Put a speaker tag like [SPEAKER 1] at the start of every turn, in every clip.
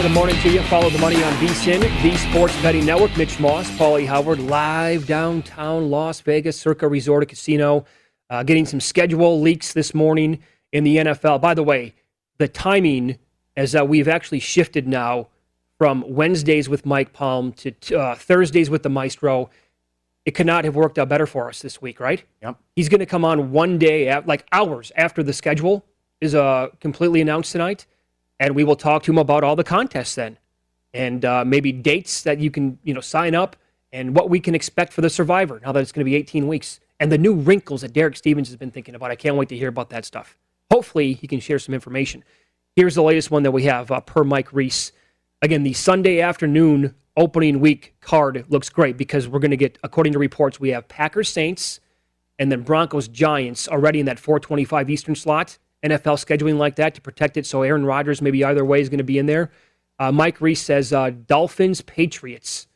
[SPEAKER 1] Good morning to you. Follow the money on VSIN, the Sports Betting Network. Mitch Moss, Paulie Howard, live downtown Las Vegas, Circa Resort and Casino. Uh, getting some schedule leaks this morning in the NFL. By the way, the timing is that we've actually shifted now from Wednesdays with Mike Palm to uh, Thursdays with the Maestro. It could not have worked out better for us this week, right?
[SPEAKER 2] Yep.
[SPEAKER 1] He's going to come on one day, at, like hours after the schedule is uh, completely announced tonight, and we will talk to him about all the contests then, and uh, maybe dates that you can you know sign up and what we can expect for the Survivor now that it's going to be 18 weeks and the new wrinkles that Derek Stevens has been thinking about. I can't wait to hear about that stuff. Hopefully, he can share some information. Here's the latest one that we have uh, per Mike Reese. Again, the Sunday afternoon opening week card looks great because we're going to get, according to reports, we have Packers Saints and then Broncos Giants already in that 425 Eastern slot. NFL scheduling like that to protect it. So Aaron Rodgers, maybe either way, is going to be in there. Uh, Mike Reese says uh, Dolphins Patriots,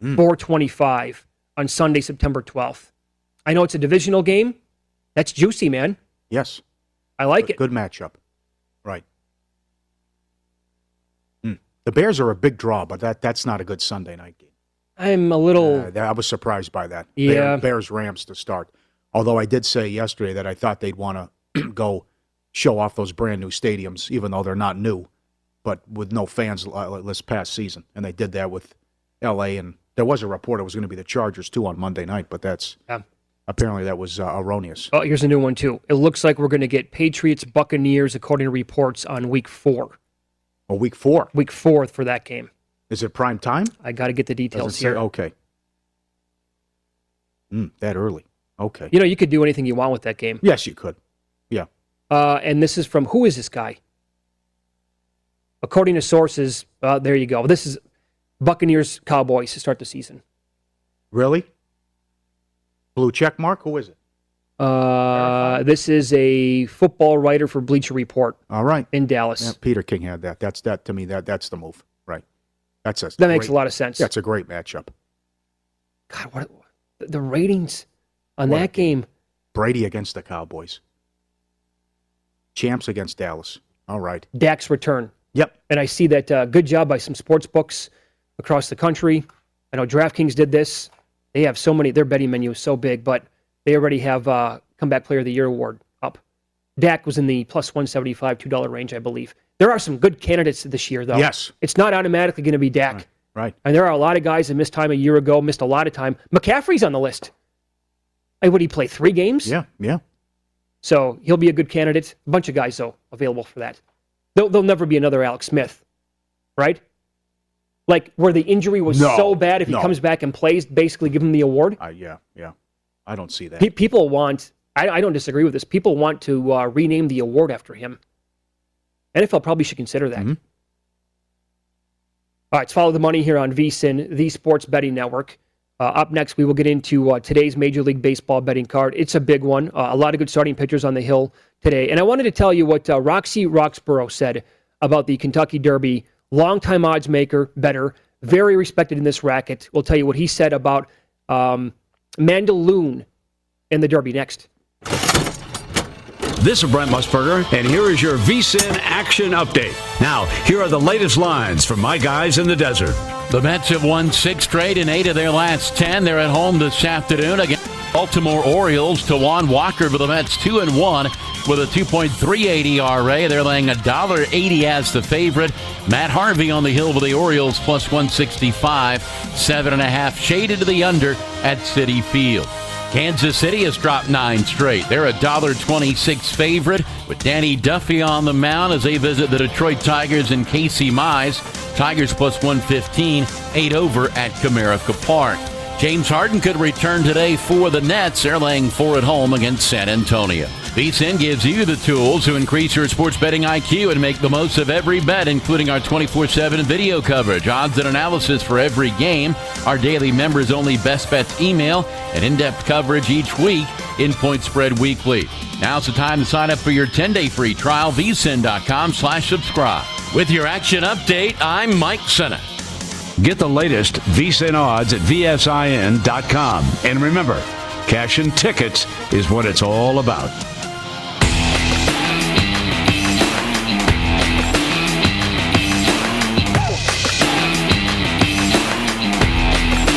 [SPEAKER 2] Hmm.
[SPEAKER 1] 425 on Sunday, September 12th. I know it's a divisional game. That's juicy, man.
[SPEAKER 2] Yes.
[SPEAKER 1] I like
[SPEAKER 2] Good-
[SPEAKER 1] it.
[SPEAKER 2] Good matchup. Right. Hmm. The Bears are a big draw, but that that's not a good Sunday night game.
[SPEAKER 1] I'm a little.
[SPEAKER 2] Uh, that- I was surprised by that. Bear-
[SPEAKER 1] Yeah.
[SPEAKER 2] Bears Rams to start. Although I did say yesterday that I thought they'd want to go show off those brand new stadiums, even though they're not new, but with no fans li- li- this past season, and they did that with L.A. and there was a report it was going to be the Chargers too on Monday night, but that's
[SPEAKER 1] Yeah.
[SPEAKER 2] apparently that was uh, erroneous.
[SPEAKER 1] Oh, here's a new one too. It looks like we're going to get Patriots Buccaneers according to reports on week four,
[SPEAKER 2] Well, week four
[SPEAKER 1] week four for that game.
[SPEAKER 2] is it prime time?
[SPEAKER 1] I got to get the
[SPEAKER 2] Doesn't
[SPEAKER 1] details
[SPEAKER 2] say- oh.
[SPEAKER 1] here.
[SPEAKER 2] okay. Mm, that early. Okay.
[SPEAKER 1] You know, you could do anything you want with that game.
[SPEAKER 2] Yes, you could. Yeah.
[SPEAKER 1] Uh, and this is from who is this guy? According to sources, uh, there you go. This is Buccaneers Cowboys to start the season.
[SPEAKER 2] Really? Blue check mark? Who is it?
[SPEAKER 1] Uh, this is a football writer for Bleacher Report
[SPEAKER 2] All right.
[SPEAKER 1] in Dallas.
[SPEAKER 2] Yeah, Peter King had that. That's that to me. That that's the move. Right. That's a
[SPEAKER 1] That makes a
[SPEAKER 2] great-
[SPEAKER 1] lot of sense.
[SPEAKER 2] That's a great matchup.
[SPEAKER 1] God, what the ratings on
[SPEAKER 2] What a
[SPEAKER 1] that game?
[SPEAKER 2] Brady against the Cowboys. Champs against Dallas. All right.
[SPEAKER 1] Dak's return.
[SPEAKER 2] Yep.
[SPEAKER 1] And I see that uh, good job by some sports books across the country. I know DraftKings did this. They have so many, their betting menu is so big, but they already have uh, Comeback Player of the Year award up. Dak was in the plus 175, $2 range, I believe. There are some good candidates this year, though.
[SPEAKER 2] Yes.
[SPEAKER 1] It's not automatically going to be Dak.
[SPEAKER 2] Right.
[SPEAKER 1] And there are a lot of guys that missed time a year ago, missed a lot of time. McCaffrey's on the list. Hey, would he play three games?
[SPEAKER 2] Yeah. Yeah.
[SPEAKER 1] So he'll be a good candidate. A bunch of guys, though, available for that. There'll, there'll never be another Alex Smith, right? Like where the injury was
[SPEAKER 2] No,
[SPEAKER 1] so bad, if
[SPEAKER 2] no.
[SPEAKER 1] he comes back and plays, basically give him the award.
[SPEAKER 2] I yeah. Yeah. I don't see that.
[SPEAKER 1] Pe- people want, I, I don't disagree with this, people want to uh, rename the award after him. NFL probably should consider that.
[SPEAKER 2] Mhm.
[SPEAKER 1] All right, it's follow the money here on VSIN, the sports betting network. Uh, up next, we will get into uh, today's Major League Baseball betting card. It's a big one. Uh, a lot of good starting pitchers on the hill today. And I wanted to tell you what uh, Roxy Roxborough said about the Kentucky Derby. Longtime odds maker, better, very respected in this racket. We'll tell you what he said about um, Mandaloon and the Derby next.
[SPEAKER 3] This is Brent Musburger, and here is your VSIN action update. Now, here are the latest lines from my guys in the desert.
[SPEAKER 4] The Mets have won six straight and eight of their last ten. They're at home this afternoon against Baltimore Orioles. Tawan Walker for the Mets, two and one with a 2.38 ERA. They're laying E a dollar eighty as the favorite. Matt Harvey on the hill for the Orioles, plus 165, seven and a half shaded to the under at City Field. Kansas City has dropped nine straight. They're a $1.26 favorite with Danny Duffy on the mound as they visit the Detroit Tigers and Casey Mize. Tigers plus 115, eight over at Comerica Park. James Harden could return today for the Nets. They're laying four at home against San Antonio. VSIN gives you the tools to increase your sports betting IQ and make the most of every bet, including our 24 7 video coverage, odds and analysis for every game, our daily members only best bets email, and in depth coverage each week in Point Spread Weekly. Now's the time to sign up for your 10 day free trial, vsin.com slash subscribe. With your action update, I'm Mike Sennett.
[SPEAKER 3] Get the latest VSIN odds at VSIN.com. And remember, cash and tickets is what it's all about.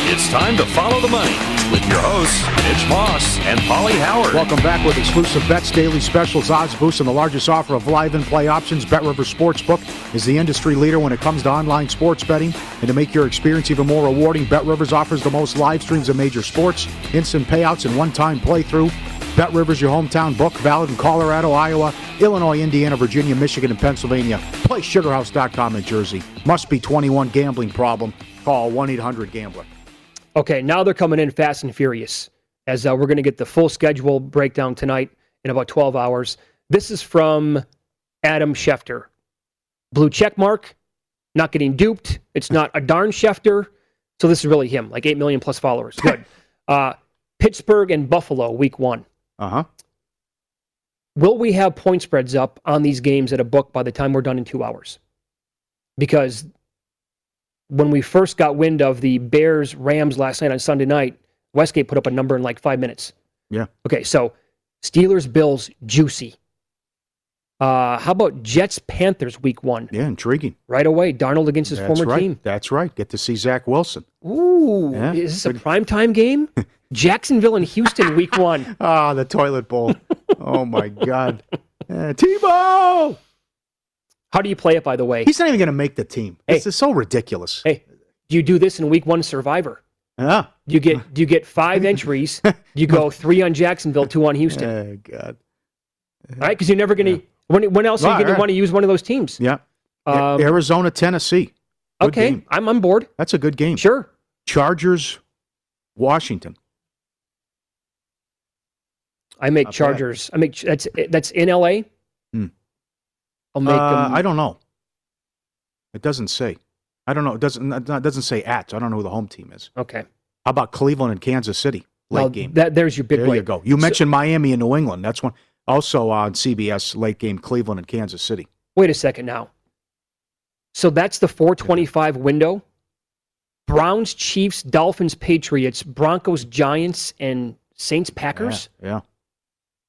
[SPEAKER 5] It's time to follow the money with your hosts, Mitch Moss and Polly Howard.
[SPEAKER 2] Welcome back with exclusive bets, daily specials, odds boosts, and the largest offer of live and play options. Bet River Sportsbook is the industry leader when it comes to online sports betting. And to make your experience even more rewarding, Bet Rivers offers the most live streams of major sports, instant payouts, and one time playthrough. Bet Rivers, your hometown book, valid in Colorado, Iowa, Illinois, Indiana, Virginia, Michigan, and Pennsylvania. Play sugarhouse.com in Jersey. Must be 21 gambling problem. Call 1 800 Gambler.
[SPEAKER 1] Okay, now they're coming in fast and furious as uh, we're going to get the full schedule breakdown tonight in about 12 hours. This is from Adam Schefter. Blue check mark, not getting duped. It's not a darn Schefter. So this is really him, like 8 million plus followers. Good. uh, Pittsburgh and Buffalo, week one.
[SPEAKER 2] Uh huh.
[SPEAKER 1] Will we have point spreads up on these games at a book by the time we're done in two hours? Because when we first got wind of the Bears Rams last night on Sunday night, Westgate put up a number in like five minutes.
[SPEAKER 2] Yeah.
[SPEAKER 1] Okay, so Steelers Bills juicy. Uh, how about Jets Panthers week one
[SPEAKER 2] Yeah, intriguing.
[SPEAKER 1] right away? Darnold against his
[SPEAKER 2] That's
[SPEAKER 1] former
[SPEAKER 2] right.
[SPEAKER 1] team.
[SPEAKER 2] That's right. Get to see Zach Wilson.
[SPEAKER 1] Ooh,
[SPEAKER 2] Yeah,
[SPEAKER 1] is this a primetime game? Jacksonville and Houston week one.
[SPEAKER 2] Ah, the toilet bowl. oh my God. Uh, Tebow.
[SPEAKER 1] How do you play it, by the way?
[SPEAKER 2] He's not even going to make the team.
[SPEAKER 1] Hey.
[SPEAKER 2] This is so ridiculous.
[SPEAKER 1] Hey, do you do this in week one Survivor?
[SPEAKER 2] Ah,
[SPEAKER 1] Do you get do you get five entries? Do you go three on Jacksonville, two on Houston?
[SPEAKER 2] oh God.
[SPEAKER 1] All right, because you're never going to. When, when else are you
[SPEAKER 2] Right,
[SPEAKER 1] going
[SPEAKER 2] right.
[SPEAKER 1] to want to use one of those teams?
[SPEAKER 2] Yeah.
[SPEAKER 1] Um,
[SPEAKER 2] Arizona, Tennessee. Good
[SPEAKER 1] okay,
[SPEAKER 2] game.
[SPEAKER 1] I'm on board.
[SPEAKER 2] That's a good game.
[SPEAKER 1] Sure.
[SPEAKER 2] Chargers, Washington.
[SPEAKER 1] I make
[SPEAKER 2] Not bad.
[SPEAKER 1] Chargers. I make ch- that's that's in LA.
[SPEAKER 2] Hmm.
[SPEAKER 1] I'll make
[SPEAKER 2] Uh,
[SPEAKER 1] 'em-
[SPEAKER 2] I don't know. It doesn't say. I don't know. It doesn't. It doesn't say at. So I don't know who the home team is.
[SPEAKER 1] okay.
[SPEAKER 2] How about Cleveland and Kansas City? Late
[SPEAKER 1] Now,
[SPEAKER 2] game.
[SPEAKER 1] That there's your big
[SPEAKER 2] there
[SPEAKER 1] break.
[SPEAKER 2] you go. You
[SPEAKER 1] So-
[SPEAKER 2] mentioned Miami and New England. That's one. Also on CBS, late game, Cleveland and Kansas City.
[SPEAKER 1] Wait a second now. So that's the 425 window. Browns, Chiefs, Dolphins, Patriots, Broncos, Giants, and Saints, Packers.
[SPEAKER 2] Yeah, yeah.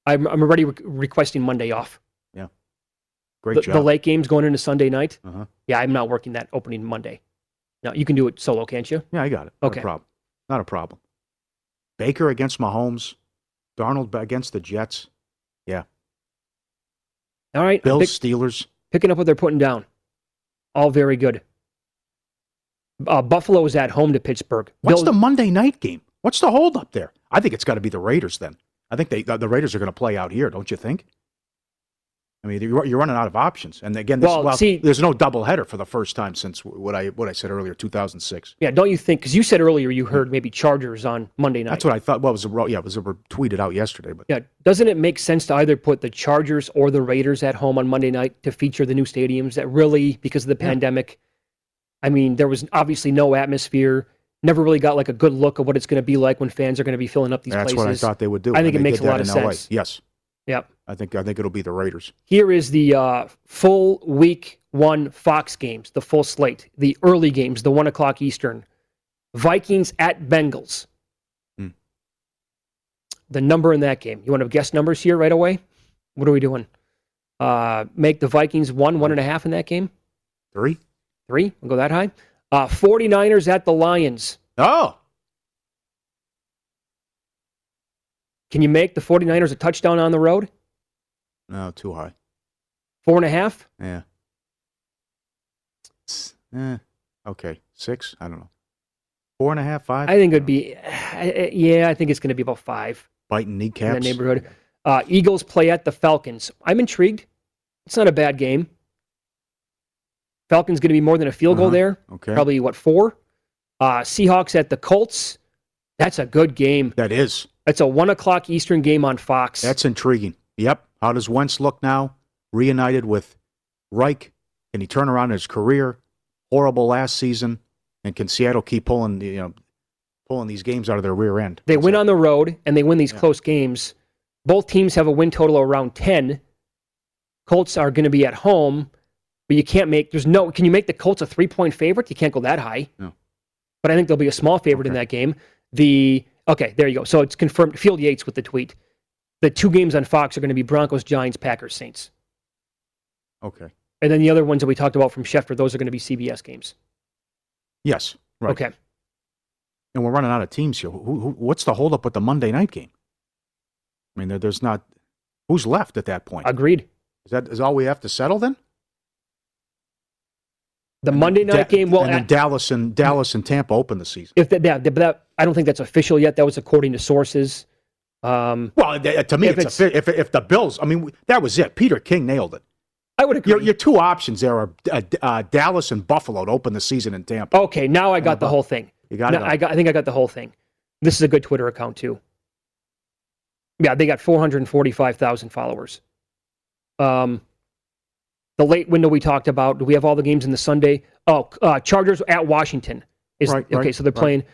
[SPEAKER 1] I'm, I'm already re- requesting Monday off.
[SPEAKER 2] great
[SPEAKER 1] The,
[SPEAKER 2] job.
[SPEAKER 1] the late game's going into Sunday night.
[SPEAKER 2] Uh-huh.
[SPEAKER 1] Yeah, I'm not working that opening Monday. No, you can do it solo, can't you?
[SPEAKER 2] Yeah, I got it. Not
[SPEAKER 1] Okay.
[SPEAKER 2] a problem. Not a problem. Baker against Mahomes, Darnold against the Jets,
[SPEAKER 1] All right. I'm
[SPEAKER 2] Bills,
[SPEAKER 1] pick-
[SPEAKER 2] Steelers.
[SPEAKER 1] picking up what they're putting down. All very good. Uh, Buffalo is at home to Pittsburgh.
[SPEAKER 2] What's the
[SPEAKER 1] Bills-
[SPEAKER 2] Monday night game? What's the hold up there? I think it's got to be the Raiders then. I think they the, the Raiders are going to play out here, don't you think? I mean, you're, you're running out of options, and again, this,
[SPEAKER 1] Well,
[SPEAKER 2] well,
[SPEAKER 1] see-
[SPEAKER 2] there's no doubleheader for the first time since what I what I said earlier, 2006.
[SPEAKER 1] yeah? Don't you think? Because you said earlier you heard maybe Chargers on Monday night.
[SPEAKER 2] That's what I thought. Well, it was a, ro- yeah, it was a, tweeted out yesterday, but
[SPEAKER 1] yeah. Doesn't it make sense to either put the Chargers or the Raiders at home on Monday night to feature the new stadiums that really, because of the pandemic, I mean, there was obviously no atmosphere. Never really got like a good look of what it's going to be like when fans are going to be filling up these
[SPEAKER 2] that's
[SPEAKER 1] places.
[SPEAKER 2] what I thought they would do.
[SPEAKER 1] I think
[SPEAKER 2] and
[SPEAKER 1] it
[SPEAKER 2] they
[SPEAKER 1] makes
[SPEAKER 2] did
[SPEAKER 1] a
[SPEAKER 2] that
[SPEAKER 1] lot
[SPEAKER 2] in
[SPEAKER 1] of
[SPEAKER 2] LA.
[SPEAKER 1] sense.
[SPEAKER 2] Yes,
[SPEAKER 1] Yep.
[SPEAKER 2] I think I think it'll be the Raiders.
[SPEAKER 1] Here is the uh, full week one Fox games, the full slate, the early games, the one o'clock Eastern. Vikings at Bengals.
[SPEAKER 2] Hmm.
[SPEAKER 1] The number in that game. You want to guess numbers here right away? What are we doing? Uh, make the Vikings one, one and a half in that game.
[SPEAKER 2] Three.
[SPEAKER 1] Three. We'll go that high. Uh, 49ers at the Lions.
[SPEAKER 2] Oh,
[SPEAKER 1] Can you make the 49ers a touchdown on the road?
[SPEAKER 2] No, too high.
[SPEAKER 1] Four and a half.
[SPEAKER 2] Yeah. S- eh, okay, six. I don't know. Four and a half, five.
[SPEAKER 1] I think
[SPEAKER 2] I
[SPEAKER 1] it'd
[SPEAKER 2] don't
[SPEAKER 1] be, yeah, I think it's going to be about five.
[SPEAKER 2] know. biting
[SPEAKER 1] in
[SPEAKER 2] kneecaps.
[SPEAKER 1] that neighborhood. Uh, Eagles play at the Falcons. I'm intrigued. It's not a bad game. Falcons going to be more than a field goal
[SPEAKER 2] Uh-huh.
[SPEAKER 1] there.
[SPEAKER 2] Okay,
[SPEAKER 1] Probably what four? Uh, Seahawks at the Colts. That's a good game.
[SPEAKER 2] that is.
[SPEAKER 1] That's a one o'clock Eastern game on Fox.
[SPEAKER 2] That's intriguing. Yep. How does Wentz look now? Reunited with Reich? Can he turn around his career? Horrible last season, and can Seattle keep pulling the you know pulling these games out of their rear end?
[SPEAKER 1] they
[SPEAKER 2] That's
[SPEAKER 1] win
[SPEAKER 2] it.
[SPEAKER 1] on the road and they win these
[SPEAKER 2] Yeah.
[SPEAKER 1] close games. Both teams have a win total around ten. Colts are going to be at home, but you can't make. There's no. Can you make the Colts a three point favorite? You can't go that high.
[SPEAKER 2] No.
[SPEAKER 1] But I think they'll be a small favorite in
[SPEAKER 2] Okay.
[SPEAKER 1] that game. The okay, there you go. So it's confirmed. Field Yates with the tweet. The two games on Fox are going to be Broncos, Giants, Packers, Saints,
[SPEAKER 2] Okay.
[SPEAKER 1] and then the other ones that we talked about from Schefter. Those are going to be CBS games.
[SPEAKER 2] Yes. Right.
[SPEAKER 1] Okay.
[SPEAKER 2] and we're running out of teams here. Who, who, what's the holdup with the Monday night game? I mean, there, there's not who's left at that point.
[SPEAKER 1] Agreed.
[SPEAKER 2] Is that is all we have to settle then?
[SPEAKER 1] The Monday night
[SPEAKER 2] Da-
[SPEAKER 1] game. Well,
[SPEAKER 2] and then
[SPEAKER 1] at-
[SPEAKER 2] Dallas and Dallas and Tampa open the season.
[SPEAKER 1] if that, that, but that, I don't think that's official yet. That was according to sources. Um,
[SPEAKER 2] Well, th- to me,
[SPEAKER 1] If
[SPEAKER 2] it's, a, fi- if if the Bills, I mean, w- that was it. Peter King nailed it.
[SPEAKER 1] I would agree.
[SPEAKER 2] Your, your two options there are uh, D- uh, Dallas and Buffalo to open the season in Tampa.
[SPEAKER 1] okay, now I got the whole thing.
[SPEAKER 2] You got it
[SPEAKER 1] No,
[SPEAKER 2] all.
[SPEAKER 1] I got. I think I got the whole thing. This is a good Twitter account too. Yeah, they got four hundred forty-five thousand followers. Um, the late window we talked about. Do we have all the games in the Sunday? Oh, uh, Chargers at Washington is
[SPEAKER 2] Right,
[SPEAKER 1] okay.
[SPEAKER 2] right,
[SPEAKER 1] so they're
[SPEAKER 2] right.
[SPEAKER 1] playing,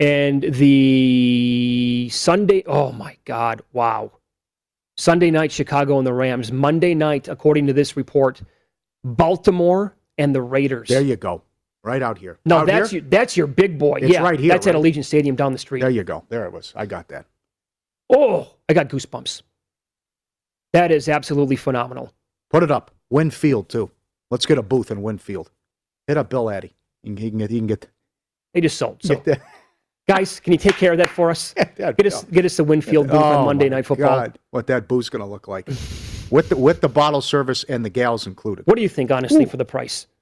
[SPEAKER 1] and the Sunday. Oh my God! Wow. Sunday night, Chicago and the Rams. Monday night, according to this report, Baltimore and the Raiders.
[SPEAKER 2] There you go. Right out here.
[SPEAKER 1] No,
[SPEAKER 2] Out
[SPEAKER 1] that's
[SPEAKER 2] here?
[SPEAKER 1] your that's your big boy.
[SPEAKER 2] It's
[SPEAKER 1] yeah,
[SPEAKER 2] right here,
[SPEAKER 1] That's at
[SPEAKER 2] right?
[SPEAKER 1] Allegiant Stadium down the street.
[SPEAKER 2] There you go. There it was. I got that.
[SPEAKER 1] oh, I got goosebumps. That is absolutely phenomenal.
[SPEAKER 2] Put it up. Winfield too. Let's get a booth in Winfield. Hit up Bill Addy. He can, he can get. He can get.
[SPEAKER 1] They just sold. So,
[SPEAKER 2] get that.
[SPEAKER 1] guys, can you take care of that for us?
[SPEAKER 2] That'd
[SPEAKER 1] Get
[SPEAKER 2] be
[SPEAKER 1] us
[SPEAKER 2] awesome.
[SPEAKER 1] get us the Winfield booth
[SPEAKER 2] Oh,
[SPEAKER 1] on Monday
[SPEAKER 2] my
[SPEAKER 1] Night Football.
[SPEAKER 2] God, what that booth's going to look like, with the with the bottle service and the gals included.
[SPEAKER 1] What do you think, honestly, for the price?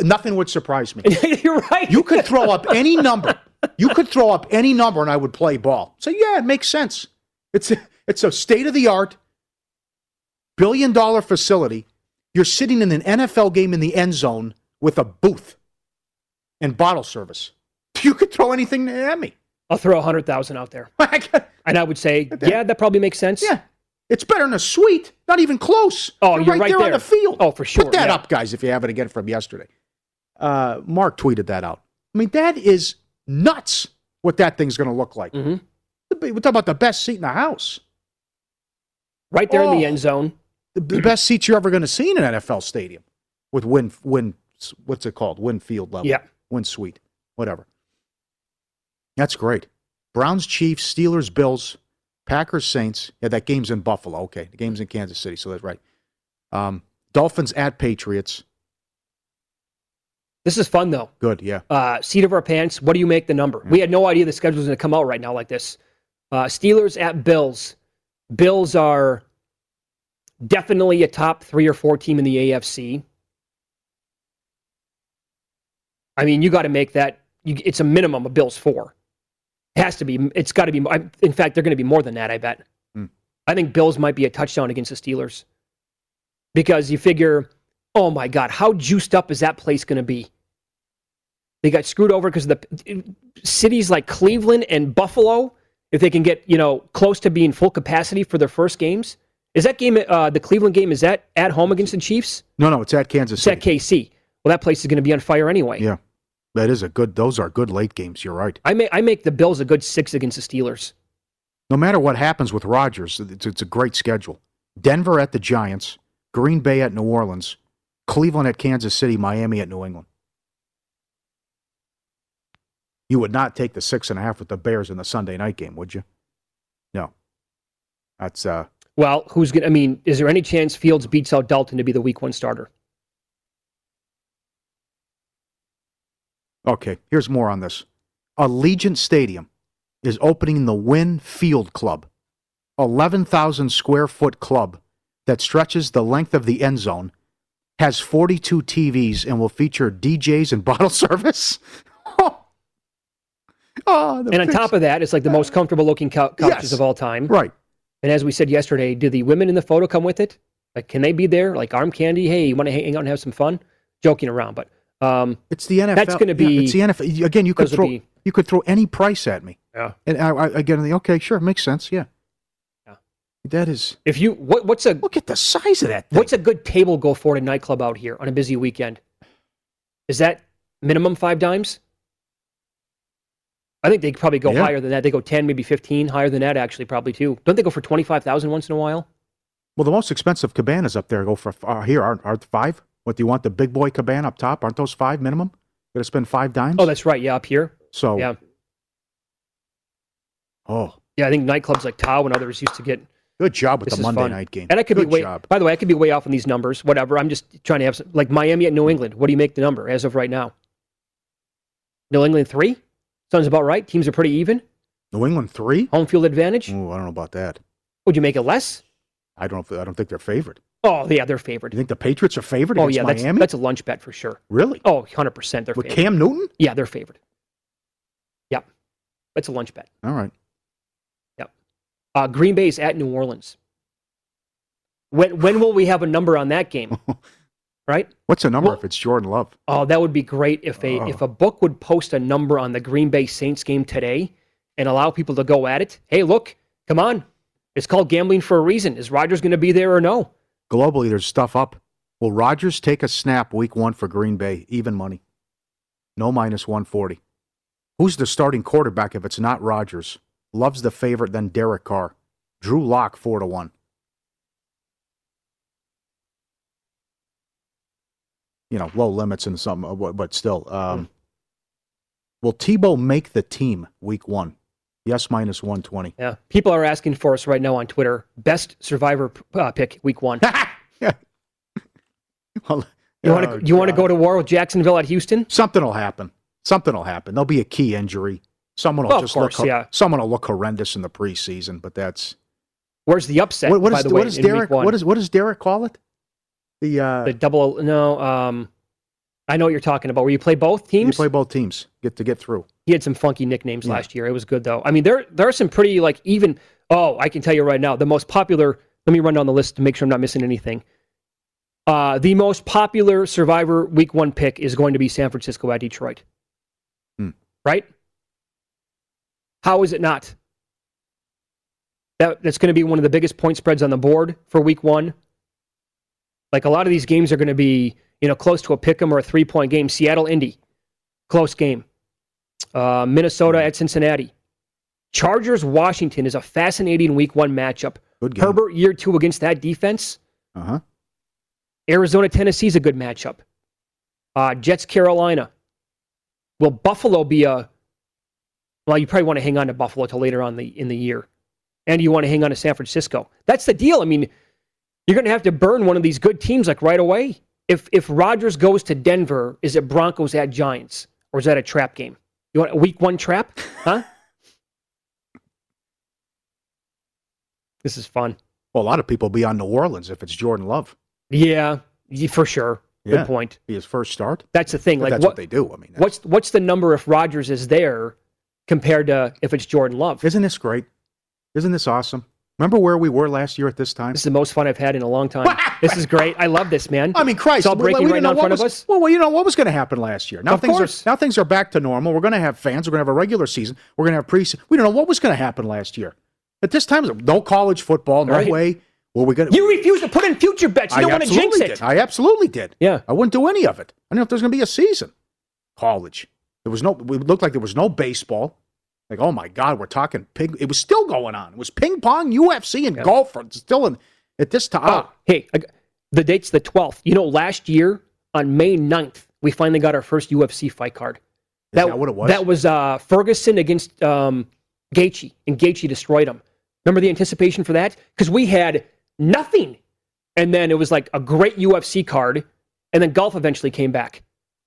[SPEAKER 2] Nothing would surprise me.
[SPEAKER 1] You're right.
[SPEAKER 2] You could throw up any number. You could throw up any number, and I would play ball. So yeah, it makes sense. It's a, it's a state of the art, billion dollar facility. You're sitting in an NFL game in the end zone with a booth and bottle service. You could throw anything at me.
[SPEAKER 1] I'll throw a hundred thousand out there, and I would say, yeah, that probably makes sense.
[SPEAKER 2] yeah, it's better than a suite. Not even close.
[SPEAKER 1] Oh, you're right
[SPEAKER 2] there, on
[SPEAKER 1] there.
[SPEAKER 2] the field.
[SPEAKER 1] Oh, for sure,
[SPEAKER 2] Put that
[SPEAKER 1] yeah.
[SPEAKER 2] up, guys, if you haven't again from yesterday. Uh, Mark tweeted that out. I mean, that is nuts. What that thing's going to look like.
[SPEAKER 1] Mhm.
[SPEAKER 2] We're talking about the best seat in the house,
[SPEAKER 1] right there in the
[SPEAKER 2] Oh.
[SPEAKER 1] end zone.
[SPEAKER 2] the, the best seat you're ever going to see in an NFL stadium, with win win. What's it called? Win field level.
[SPEAKER 1] Yeah.
[SPEAKER 2] Win suite. Whatever. That's great. Browns, Chiefs, Steelers, Bills, Packers, Saints. Yeah, that game's in Buffalo. Okay, the game's in Kansas City, so that's right. Um, Dolphins at Patriots.
[SPEAKER 1] This is fun though.
[SPEAKER 2] Good, yeah.
[SPEAKER 1] uh, seat of our pants. What do you make the number? We had no idea the schedule was going to come out right now like this. Uh, Steelers at Bills. Bills are definitely a top three or four team in the AFC. I mean, you got to make that. You, it's a minimum of Bills four. It has to be. It's got to be. I, in fact, they're going to be more than that. I bet.
[SPEAKER 2] Hmm.
[SPEAKER 1] I think Bills might be a touchdown against the Steelers because you figure, oh my God, how juiced up is that place going to be? They got screwed over because the cities like Cleveland and Buffalo, if they can get you know close to being full capacity for their first games, is that game uh, the Cleveland game is that at home against the Chiefs?
[SPEAKER 2] No, no, it's at Kansas
[SPEAKER 1] It's at
[SPEAKER 2] City.
[SPEAKER 1] KC. Well, that place is going to be on fire anyway.
[SPEAKER 2] Yeah, that is a good. Those are good late games. You're right.
[SPEAKER 1] I make I make the Bills a good six against the Steelers.
[SPEAKER 2] No matter what happens with Rodgers, it's, it's a great schedule. Denver at the Giants, Green Bay at New Orleans, Cleveland at Kansas City, Miami at New England. You would not take the six and a half with the Bears in the Sunday night game, would you? No. That's uh
[SPEAKER 1] Well, who's going? to I mean, is there any chance Fields beats out Dalton to be the Week One starter?
[SPEAKER 2] okay. Here's more on this. Allegiant Stadium is opening the Wynn Field Club, eleven thousand square foot club that stretches the length of the end zone has 42 TVs and will feature DJs and bottle service. oh, the
[SPEAKER 1] And on
[SPEAKER 2] pics-
[SPEAKER 1] top of that, it's like the most comfortable looking cou- couches
[SPEAKER 2] Yes.
[SPEAKER 1] of all time.
[SPEAKER 2] right,
[SPEAKER 1] And as we said yesterday, do the women in the photo come with it? Like, can they be there? Like arm candy? Hey, you want to hang out and have some fun? Joking around, but um,
[SPEAKER 2] it's the NFL.
[SPEAKER 1] That's gonna
[SPEAKER 2] yeah,
[SPEAKER 1] be-
[SPEAKER 2] it's the NFL. You- Again, you could
[SPEAKER 1] those would
[SPEAKER 2] throw
[SPEAKER 1] be-
[SPEAKER 2] you could throw any price at me,
[SPEAKER 1] yeah.
[SPEAKER 2] and I, I again, okay, sure, makes sense, yeah.
[SPEAKER 1] Yeah.
[SPEAKER 2] That is.
[SPEAKER 1] If you what, what's a
[SPEAKER 2] Look at the size of that. Thing.
[SPEAKER 1] what's a good table go for at a nightclub out here on a busy weekend? Is that minimum five dimes? I think they probably go
[SPEAKER 2] Yeah.
[SPEAKER 1] higher than that. They go ten, maybe fifteen, higher than that actually, probably too. Don't they go for twenty five thousand once in a while?
[SPEAKER 2] Well, the most expensive cabanas up there go for uh, here aren't, aren't five. What do you want? The big boy cabana up top? Aren't those five minimum? Got to spend five dimes.
[SPEAKER 1] Oh, that's right. Yeah, up here.
[SPEAKER 2] so.
[SPEAKER 1] Yeah,
[SPEAKER 2] Oh,
[SPEAKER 1] yeah. I think nightclubs like Tao and others used to get
[SPEAKER 2] good job with
[SPEAKER 1] This
[SPEAKER 2] the
[SPEAKER 1] is
[SPEAKER 2] Monday
[SPEAKER 1] fun.
[SPEAKER 2] night game.
[SPEAKER 1] And I could
[SPEAKER 2] good
[SPEAKER 1] be way.
[SPEAKER 2] job.
[SPEAKER 1] By the way, I could be way off on these numbers. Whatever. I'm just trying to have some, like Miami at New England. What do you make the number as of right now? New England three. Sounds about right. Teams are pretty even.
[SPEAKER 2] New England three.
[SPEAKER 1] Home field advantage.
[SPEAKER 2] Ooh, I don't know about that.
[SPEAKER 1] Would you make it less?
[SPEAKER 2] I don't. I don't think they're favored.
[SPEAKER 1] Oh, yeah, they're favored.
[SPEAKER 2] You think the Patriots are favored
[SPEAKER 1] Oh,
[SPEAKER 2] against
[SPEAKER 1] yeah, that's,
[SPEAKER 2] Miami?
[SPEAKER 1] that's a lunch bet for sure.
[SPEAKER 2] really?
[SPEAKER 1] Oh, 100%. They're
[SPEAKER 2] With
[SPEAKER 1] favored.
[SPEAKER 2] Cam Newton?
[SPEAKER 1] Yeah, they're favored. Yep. That's a lunch bet.
[SPEAKER 2] All right.
[SPEAKER 1] Uh, Green Bay's at New Orleans. When, when will we have a number on that game? right?
[SPEAKER 2] What's the number
[SPEAKER 1] Well-
[SPEAKER 2] if it's Jordan Love?
[SPEAKER 1] Oh, that would be great if a
[SPEAKER 2] Oh.
[SPEAKER 1] if a book would post a number on the Green Bay Saints game today and allow people to go at it. Hey, look, come on. It's called gambling for a reason. Is Rogers going to be there or no?
[SPEAKER 2] Globally, there's stuff up. Will Rodgers take a snap week one for Green Bay? Even money. No minus 140. Who's the starting quarterback if it's not Rodgers? Love's the favorite, then Derek Carr. Drew Lock 4 to 1. You know, low limits and some, uh, but- but still.
[SPEAKER 1] Hmm.
[SPEAKER 2] Um, Will Tebow make the team week one? Yes, minus 120.
[SPEAKER 1] Yeah. People are asking for us right now on Twitter. Best survivor p- uh, pick week 1.
[SPEAKER 2] Well,
[SPEAKER 1] You want
[SPEAKER 2] oh,
[SPEAKER 1] to you want to
[SPEAKER 2] God.
[SPEAKER 1] go to war with Jacksonville at Houston?
[SPEAKER 2] something will happen. Something will happen. There'll be a key injury. Someone will
[SPEAKER 1] Well, of
[SPEAKER 2] just
[SPEAKER 1] course,
[SPEAKER 2] look. hor-
[SPEAKER 1] yeah.
[SPEAKER 2] Someone will look horrendous in the preseason, but that's
[SPEAKER 1] Where's the upset?
[SPEAKER 2] what, what
[SPEAKER 1] by
[SPEAKER 2] is
[SPEAKER 1] the way,
[SPEAKER 2] what is
[SPEAKER 1] in week
[SPEAKER 2] Derek?
[SPEAKER 1] one?
[SPEAKER 2] What is what does Derek call it? The uh,
[SPEAKER 1] the double? No, um, I know what you're talking about. Where you play both
[SPEAKER 2] you
[SPEAKER 1] teams.
[SPEAKER 2] play both teams get to get through.
[SPEAKER 1] he had some funky nicknames
[SPEAKER 2] Yeah.
[SPEAKER 1] last year. It was good though. I mean, there there are some pretty like even. Oh, I can tell you right now, the most popular. Let me run down the list to make sure I'm not missing anything. Uh, the most popular Survivor Week One pick is going to be San Francisco at Detroit.
[SPEAKER 2] Hmm.
[SPEAKER 1] Right? How is it not? That that's going to be one of the biggest point spreads on the board for Week One. Like a lot of these games are going to be you know close to a pick 'em or a three point game. Seattle Indy, close game uh,
[SPEAKER 2] Hmm.
[SPEAKER 1] Minnesota at Cincinnati. Chargers Washington is a fascinating week one matchup.
[SPEAKER 2] Good game.
[SPEAKER 1] Herbert year two against that defense.
[SPEAKER 2] Uh huh.
[SPEAKER 1] Arizona Tennessee is a good matchup. Uh, Jets Carolina. Will Buffalo be a? Well, you probably want to hang on to Buffalo till later on the in the year, and you want to hang on to San Francisco. That's the deal. I mean, you're going to have to burn one of these good teams like right away. If if Rodgers goes to Denver, is it Broncos at Giants or is that a trap game? You want a week one trap, huh? this is fun.
[SPEAKER 2] Well, a lot of people be on New Orleans if it's Jordan Love.
[SPEAKER 1] Yeah, y- for sure.
[SPEAKER 2] Yeah.
[SPEAKER 1] Good point.
[SPEAKER 2] Be his first start.
[SPEAKER 1] That's the thing.
[SPEAKER 2] But
[SPEAKER 1] Like
[SPEAKER 2] that's what,
[SPEAKER 1] what
[SPEAKER 2] they do. I mean, that's-
[SPEAKER 1] What's what's the number if Rodgers is there compared to if it's Jordan Love? This
[SPEAKER 2] isn't this great? Isn't this awesome? Remember where we were last year at this time?
[SPEAKER 1] is the most fun I've had in a long time. this is great. I love this, man.
[SPEAKER 2] I mean,
[SPEAKER 1] it's
[SPEAKER 2] Christ!
[SPEAKER 1] all
[SPEAKER 2] we- we
[SPEAKER 1] breaking
[SPEAKER 2] didn't
[SPEAKER 1] right
[SPEAKER 2] know
[SPEAKER 1] now in
[SPEAKER 2] what
[SPEAKER 1] front of
[SPEAKER 2] was-
[SPEAKER 1] us.
[SPEAKER 2] Well, well, you know what was going to happen last year. Now
[SPEAKER 1] Of
[SPEAKER 2] things
[SPEAKER 1] course.
[SPEAKER 2] are now things are back to normal. We're going to have fans. We're going to have a regular season. We're going to have preseason. We don't know what was going to happen last year. At this time, no college football. No
[SPEAKER 1] Right.
[SPEAKER 2] way. Well, we going
[SPEAKER 1] You refuse to put in future bets. You
[SPEAKER 2] I
[SPEAKER 1] don't want to jinx
[SPEAKER 2] absolutely
[SPEAKER 1] it.
[SPEAKER 2] did. I absolutely did.
[SPEAKER 1] Yeah.
[SPEAKER 2] I wouldn't do any of it. I don't know if there's going to be a season. College. There was no. It looked like there was no baseball. Like, oh my God, we're talking pig. It was still going on. It was ping pong, UFC, and golf. Are still in at this time.
[SPEAKER 1] Oh, hey, I, got- the date's the 12th. You know, last year on May 9th, we finally got our first UFC fight card.
[SPEAKER 2] that what it was?
[SPEAKER 1] That was uh, Ferguson against um, Gaethje, and Gaethje destroyed him. Remember the anticipation for that? Because we had nothing, and then it was like a great UFC card, and then golf eventually came back.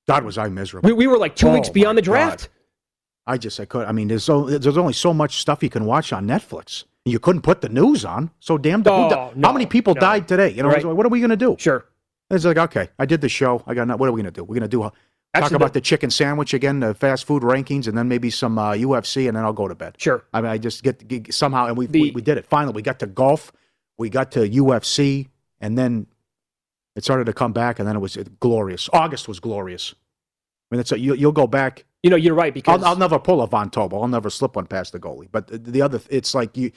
[SPEAKER 2] God, was I miserable.
[SPEAKER 1] We, we were like two
[SPEAKER 2] Oh
[SPEAKER 1] weeks
[SPEAKER 2] my
[SPEAKER 1] beyond the
[SPEAKER 2] God.
[SPEAKER 1] draft.
[SPEAKER 2] I just I could. I mean, there's so there's only so much stuff you can watch on Netflx. You couldn't put the news on, so damn. who
[SPEAKER 1] Oh,
[SPEAKER 2] di-
[SPEAKER 1] no,
[SPEAKER 2] how many people
[SPEAKER 1] no.
[SPEAKER 2] died today? You know, it's
[SPEAKER 1] Right.
[SPEAKER 2] like, what are we gonna do?
[SPEAKER 1] Sure.
[SPEAKER 2] And it's like, okay, I did the show. I got. no- What are we gonna do? We're gonna do uh, talk
[SPEAKER 1] Actually,
[SPEAKER 2] about
[SPEAKER 1] the-
[SPEAKER 2] the chicken sandwich again, the fast food rankings, and then maybe some uh, UFC, and then I'll go to bed.
[SPEAKER 1] Sure.
[SPEAKER 2] I mean, I just get, get somehow, and we,
[SPEAKER 1] The-
[SPEAKER 2] we we did it. Finally, we got to golf, we got to UFC, and then it started to come back, and then it was glorious. August was glorious. I mean, it's a, you, you'll go back.
[SPEAKER 1] You know, you're right because
[SPEAKER 2] I'll, I'll never pull a Von Tobel. I'll never slip one past the goalie. But the, the other, it's like you,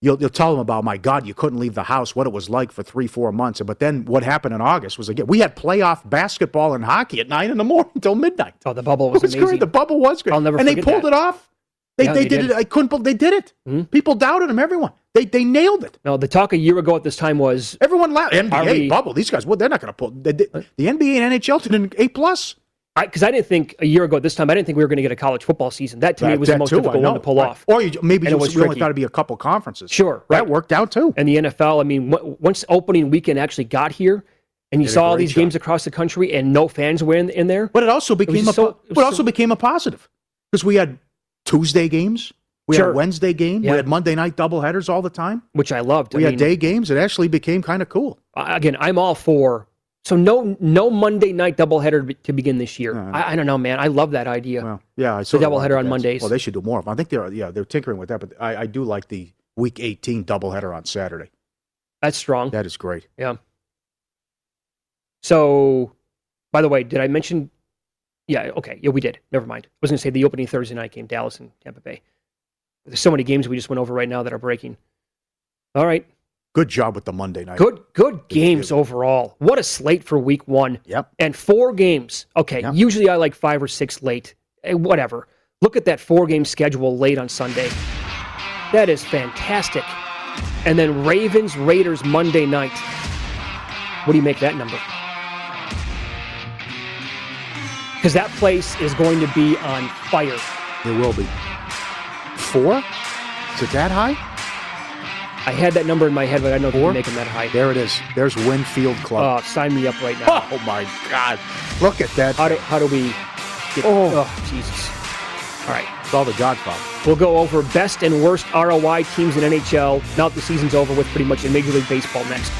[SPEAKER 2] you'll, you'll tell them about my God, you couldn't leave the house, what it was like for three, four months. But then what happened in August was again, we had playoff basketball and hockey at nine in the morning until midnight.
[SPEAKER 1] oh, the bubble
[SPEAKER 2] It
[SPEAKER 1] was,
[SPEAKER 2] was
[SPEAKER 1] amazing.
[SPEAKER 2] great. The bubble was great.
[SPEAKER 1] I'll never
[SPEAKER 2] and they
[SPEAKER 1] forget
[SPEAKER 2] pulled
[SPEAKER 1] that.
[SPEAKER 2] it off. They,
[SPEAKER 1] Yeah,
[SPEAKER 2] they,
[SPEAKER 1] they
[SPEAKER 2] did,
[SPEAKER 1] did.
[SPEAKER 2] it. I couldn't. bel- They did it.
[SPEAKER 1] Mhm.
[SPEAKER 2] People doubted them. Everyone. They they nailed it.
[SPEAKER 1] No, the talk a year ago at this time was
[SPEAKER 2] Everyone laughed. NBA
[SPEAKER 1] we-
[SPEAKER 2] bubble. These guys. Well, they're not going to pull. They, they- the NBA and NHL did an A plus.
[SPEAKER 1] because I, didn't think a year ago at this time I didn't think we were going to get a college football season. That to me
[SPEAKER 2] That-
[SPEAKER 1] was the
[SPEAKER 2] that
[SPEAKER 1] most
[SPEAKER 2] too, I
[SPEAKER 1] difficult one
[SPEAKER 2] know.
[SPEAKER 1] to pull
[SPEAKER 2] Right.
[SPEAKER 1] off.
[SPEAKER 2] Or you, maybe
[SPEAKER 1] And
[SPEAKER 2] you
[SPEAKER 1] it
[SPEAKER 2] just
[SPEAKER 1] was
[SPEAKER 2] really
[SPEAKER 1] tricky.
[SPEAKER 2] thought it'd be a couple conferences.
[SPEAKER 1] Sure,
[SPEAKER 2] that
[SPEAKER 1] right.
[SPEAKER 2] worked out too.
[SPEAKER 1] and the NFL. I mean, w- once opening weekend actually got here, and you
[SPEAKER 2] Did a
[SPEAKER 1] saw all
[SPEAKER 2] great
[SPEAKER 1] these
[SPEAKER 2] job.
[SPEAKER 1] games across the country, and no fans were in, in there.
[SPEAKER 2] But it also became a
[SPEAKER 1] just so-
[SPEAKER 2] po-
[SPEAKER 1] it was
[SPEAKER 2] but it also
[SPEAKER 1] so-
[SPEAKER 2] became a positive because we had Tuesday games. We
[SPEAKER 1] Sure.
[SPEAKER 2] had Wednesday games.
[SPEAKER 1] Yeah.
[SPEAKER 2] We had Monday night doubleheaders all the time.
[SPEAKER 1] which I loved.
[SPEAKER 2] We
[SPEAKER 1] I
[SPEAKER 2] had
[SPEAKER 1] mean,
[SPEAKER 2] day games. It actually became kind of cool.
[SPEAKER 1] I- again, I'm all for. So no, no Monday night doubleheader be- to begin this year.
[SPEAKER 2] No, no.
[SPEAKER 1] I, I don't know, man. I love that idea.
[SPEAKER 2] Well, yeah, I saw
[SPEAKER 1] doubleheader on Mondays.
[SPEAKER 2] Well, they should do more of. 'em. I think they're yeah they're tinkering with that, but I, I do like the week 18 doubleheader on Saturday.
[SPEAKER 1] That's strong.
[SPEAKER 2] That is great.
[SPEAKER 1] Yeah. So, by the way, did I mention? Yeah. Okay. Yeah, we did. Never mind. I was going to say the opening Thursday night game, Dallas and Tampa Bay. There's so many games we just went over right now that are breaking. All right.
[SPEAKER 2] Good job with the Monday night.
[SPEAKER 1] Good. Good
[SPEAKER 2] do.
[SPEAKER 1] games overall. What a slate for Week One.
[SPEAKER 2] Yep.
[SPEAKER 1] and four games. Okay,
[SPEAKER 2] Yeah.
[SPEAKER 1] usually I like five or six late, eh, whatever. Look at that four game schedule late on Sunday. That is fantastic. And then Ravens, Raiders Monday night. What do you make that number? Because that place is going to be on fire.
[SPEAKER 2] It will be four. Is it that high?
[SPEAKER 1] I had that number in my head, but I know they didn't make them that high.
[SPEAKER 2] There it is. There's Winfield Club.
[SPEAKER 1] Uh, sign me up right now.
[SPEAKER 2] oh my God! Look at that.
[SPEAKER 1] How do, how do we get.
[SPEAKER 2] Oh.
[SPEAKER 1] oh, Jesus. All right.
[SPEAKER 2] It's all the Godfather.
[SPEAKER 1] We'll go over best and worst ROI teams in NHL now that the season's over with pretty much in Major League Baseball next.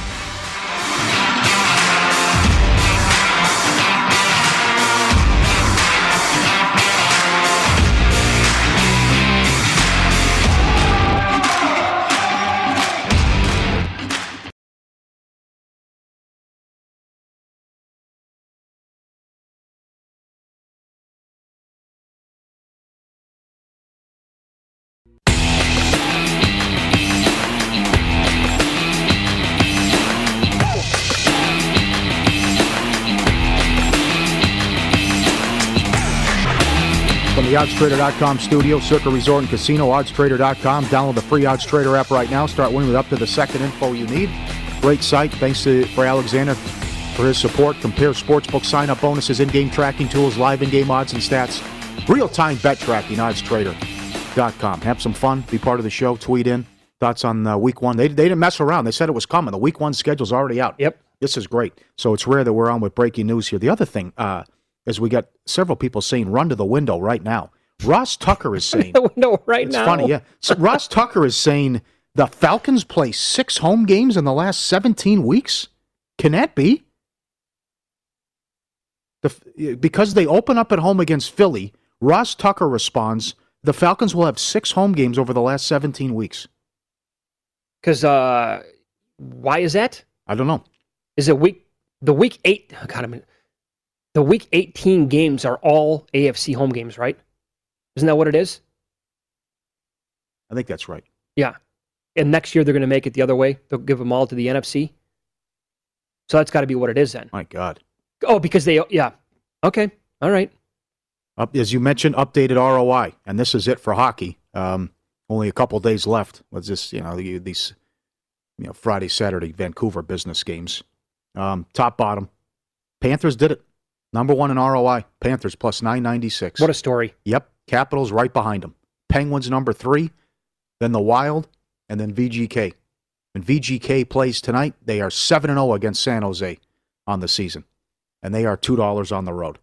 [SPEAKER 2] From the OddsTrader.com studio, Circa Resort and Casino, OddsTrader.com. Download the free Odds Trader app right now. Start winning with up to the second info you need. Great site. Thanks to for Alexander for his support. Compare sportsbook sign-up bonuses, in-game tracking tools, live in-game odds and stats, real-time bet tracking. OddsTrader.com. Have some fun. Be part of the show. Tweet in thoughts on uh, Week One. They they didn't mess around. They said it was coming. The Week One schedule's already out.
[SPEAKER 1] Yep.
[SPEAKER 2] This is great. So it's rare that we're on with breaking news here. The other thing uh, is we got several people saying run to the window right now. Ross Tucker is saying
[SPEAKER 1] The window right
[SPEAKER 2] it's
[SPEAKER 1] now.
[SPEAKER 2] funny, yeah. So Ross Tucker is saying the Falcons play six home games in the last 17 weeks. Can that be? The, f- because they open up at home against Philly, Ross Tucker responds, the Falcons will have six home games over the last 17 weeks.
[SPEAKER 1] Because uh, why is that?
[SPEAKER 2] I don't know.
[SPEAKER 1] Is it week the week eight? Oh God, I mean, the week eighteen games are all AFC home games, right? Isn't that what it is?
[SPEAKER 2] I think that's right.
[SPEAKER 1] Yeah. And next year they're going to make it the other way. They'll give them all to the NFC. So that's got to be what it is then.
[SPEAKER 2] My God.
[SPEAKER 1] Oh, because they yeah. Okay. All right.
[SPEAKER 2] Up, as you mentioned, updated ROI, and this is it for hockey. Um, only a couple days left. Let's just you know the- these you know Friday, Saturday Vancouver business games. Um, top bottom, Panthers did it. Number one in ROI, Panthers plus nine ninety six.
[SPEAKER 1] What a story.
[SPEAKER 2] Yep, Capitals right behind them. Penguins number three, then the Wild, and then VGK. When VGK plays tonight, they are seven and zero against San Jose on the season, and they are two dollars on the road.